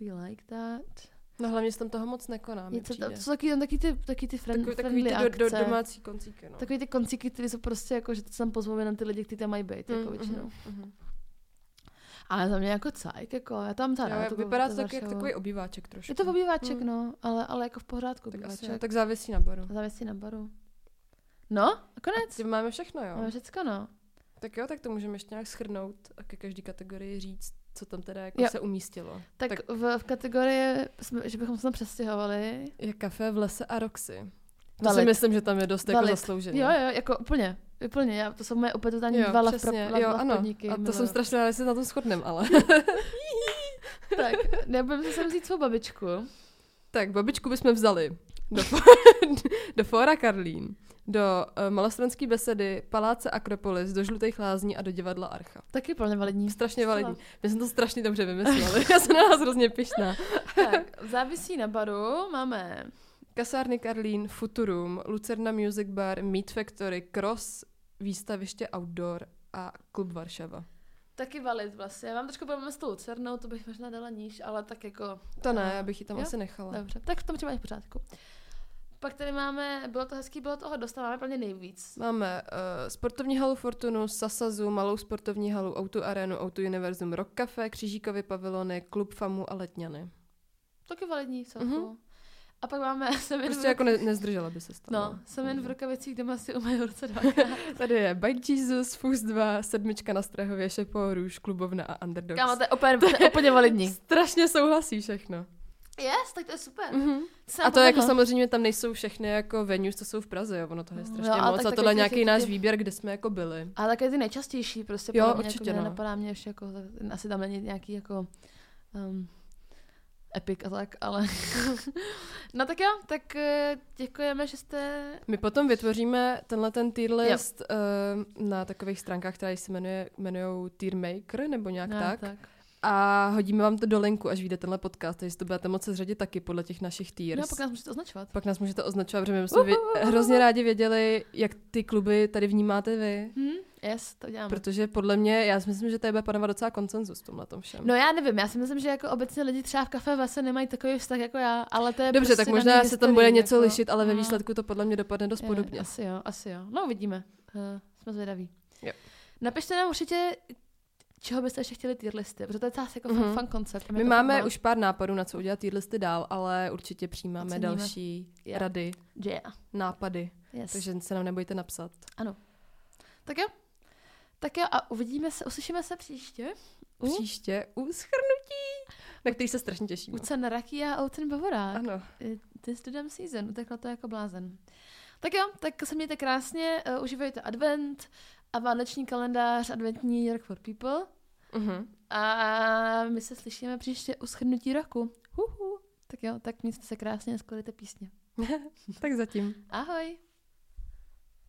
A: We like that.
B: No hlavně se tam toho moc nekoná, mi
A: Něco,
B: přijde.
A: to, to jsou taky, tam taky ty, taky ty friend,
B: Takový, takový
A: friendly
B: ty do, do,
A: akce.
B: domácí koncíky, no.
A: Takový ty koncíky, které jsou prostě jako, že to tam pozvou jenom ty lidi, kteří tam mají být,
B: Mm,
A: jako většinou.
B: mhm, mhm.
A: Ale za mě jako cajk, jako, já tam ta
B: Jo,
A: ráda.
B: jo, vypadá to tak, jak takový obýváček trošku.
A: Je to obýváček,
B: Mm.
A: no, ale, ale jako v pořádku
B: tak, asi,
A: obýváček.
B: jo,
A: tak...
B: tak závisí na baru.
A: Zavěsí na baru. No, a konec.
B: Tím máme všechno, jo.
A: Máme všecko, no.
B: Tak jo, tak to můžeme ještě nějak schrnout a ke každé kategorii říct, co tam teda jako
A: Jo.
B: se umístilo.
A: Tak,
B: Tak-
A: V, v kategorii, jsme, že bychom se tam přestěhovali.
B: Je kafe v lese a roxy. To si
A: Valid.
B: myslím, že tam je dost jako
A: Valid.
B: zasloužené.
A: Jo, jo, jako úplně, úplně. Já, to jsou moje opět totální
B: Jo,
A: dva lav pro,
B: přesně,
A: lav,
B: jo,
A: lav
B: ano.
A: podniky.
B: a to
A: miluju.
B: jsem strašně ráda, že se na tom shodneme, ale.
A: Tak, nebudeme se sem vzít svou babičku.
B: tak, babičku bychom vzali do, fo- do Fóra Karlín, do uh, malostranské besedy, paláce Akropolis, do Žlutých lázní a do divadla Archa.
A: Taky plně validní.
B: Strašně
A: Zcela.
B: validní. My jsme to strašně dobře vymysleli. Já jsem na nás hrozně pišná.
A: Tak, závisí na baru, máme
B: Kasárny Karlín, Futurum, Lucerna Music Bar, Meat Factory, Cross, výstaviště Outdoor a Klub Varšava.
A: taky valid vlastně. Já mám trošku problém s tou lucernou, to bych možná dala níž, ale tak jako,
B: To ne, já bych ji tam
A: Jo?
B: asi nechala.
A: dobře. Tak v tom třeba je v pořádku. Pak tady máme, bylo to hezký, bylo toho dost, ale máme plně nejvíc.
B: Máme uh, sportovní halu Fortunu, Sasazu, malou sportovní halu, Auto Arenu, Auto Univerzum, Rock Cafe, Křížíkovy pavilony, Klub Famu a Letňany.
A: Taky validní v celku.
B: Mhm.
A: A pak máme semen
B: Prostě jako ne- nezdržela by se stalo.
A: No, jsem jen v rukavicích doma si umýju ruce dvakrát.
B: Tady je Bike Jesus, Fus 2, Sedmička na Strahově, Šepo, Růž, Klubovna a Underdogs.
A: Kámo, to je úplně, to je úplně validní.
B: Strašně souhlasí všechno.
A: Yes, tak to je super.
B: Mm-hmm.
A: Jsem
B: A to jako
A: povedla.
B: samozřejmě tam nejsou všechny jako venues, to jsou v Praze, jo, ono toho je
A: No,
B: strašně
A: ale
B: moc
A: tak
B: a
A: taky
B: tohle
A: ty
B: nějaký
A: si-
B: náš
A: ty-
B: výběr, kde jsme jako byli.
A: Ale také ty nejčastější, prostě
B: Jo,
A: podle mě,
B: určitě,
A: jako, mě
B: no.
A: Napadá mě ještě jako, asi tam není nějaký jako um, epic a tak, ale... no tak jo, tak eh, děkujeme, že jste...
B: My potom vytvoříme tenhle ten tier list uh, na takových stránkách, které se jmenuje, jmenují tier maker nebo nějak
A: No,
B: tak.
A: tak.
B: A hodíme vám to do linku, až vyjde tenhle podcast, takže si to budete moci zředit taky podle těch našich tiers.
A: No pak nás můžete označovat.
B: pak nás můžete označovat, protože my jsme vě- hrozně rádi věděli, jak ty kluby tady vnímáte vy.
A: Hm? Yes, to děláme.
B: Protože podle mě, já si myslím, že tady bude panovat docela koncenzus v tomhle tom všem.
A: No já nevím, já si myslím, že jako obecně lidi třeba v kafe vase nemají takový vztah jako já, ale to je
B: Dobře,
A: prostě
B: tak
A: na
B: možná
A: mý
B: se tam
A: historii,
B: bude něco
A: jako-
B: lišit, ale ve
A: No.
B: výsledku to podle mě dopadne dost
A: Je,
B: podobně.
A: Asi jo, asi jo. No uvidíme. Uh, jsme zvědaví.
B: Jo.
A: Napište nám určitě, čeho byste ještě chtěli tier listy, protože to je celá jako
B: Mhm.
A: mm-hmm. fun koncept.
B: My máme už pár nápadů, na co udělat ty listy dál, ale určitě přijímáme
A: Oceníme.
B: další
A: Jo.
B: rady,
A: Yeah.
B: nápady,
A: Yes. Takže...
B: takže se nám nebojte napsat.
A: Tak jo. Tak jo a uvidíme se, uslyšíme se příště. U,
B: Příště u schrnutí, na který se strašně
A: u
B: těšíme.
A: cen Raky a u cen Bavorák.
B: No. Ano,
A: Ty studem season, uteklo to jako blázen. Tak jo, tak se mějte krásně, uh, užívejte advent a vánoční kalendář adventní Rock for People.
B: uh-huh.
A: Mhm. A my se slyšíme příště u shrnutí roku. Huhu. Tak jo, tak mějte se krásně a skladejte písně.
B: tak zatím.
A: Ahoj!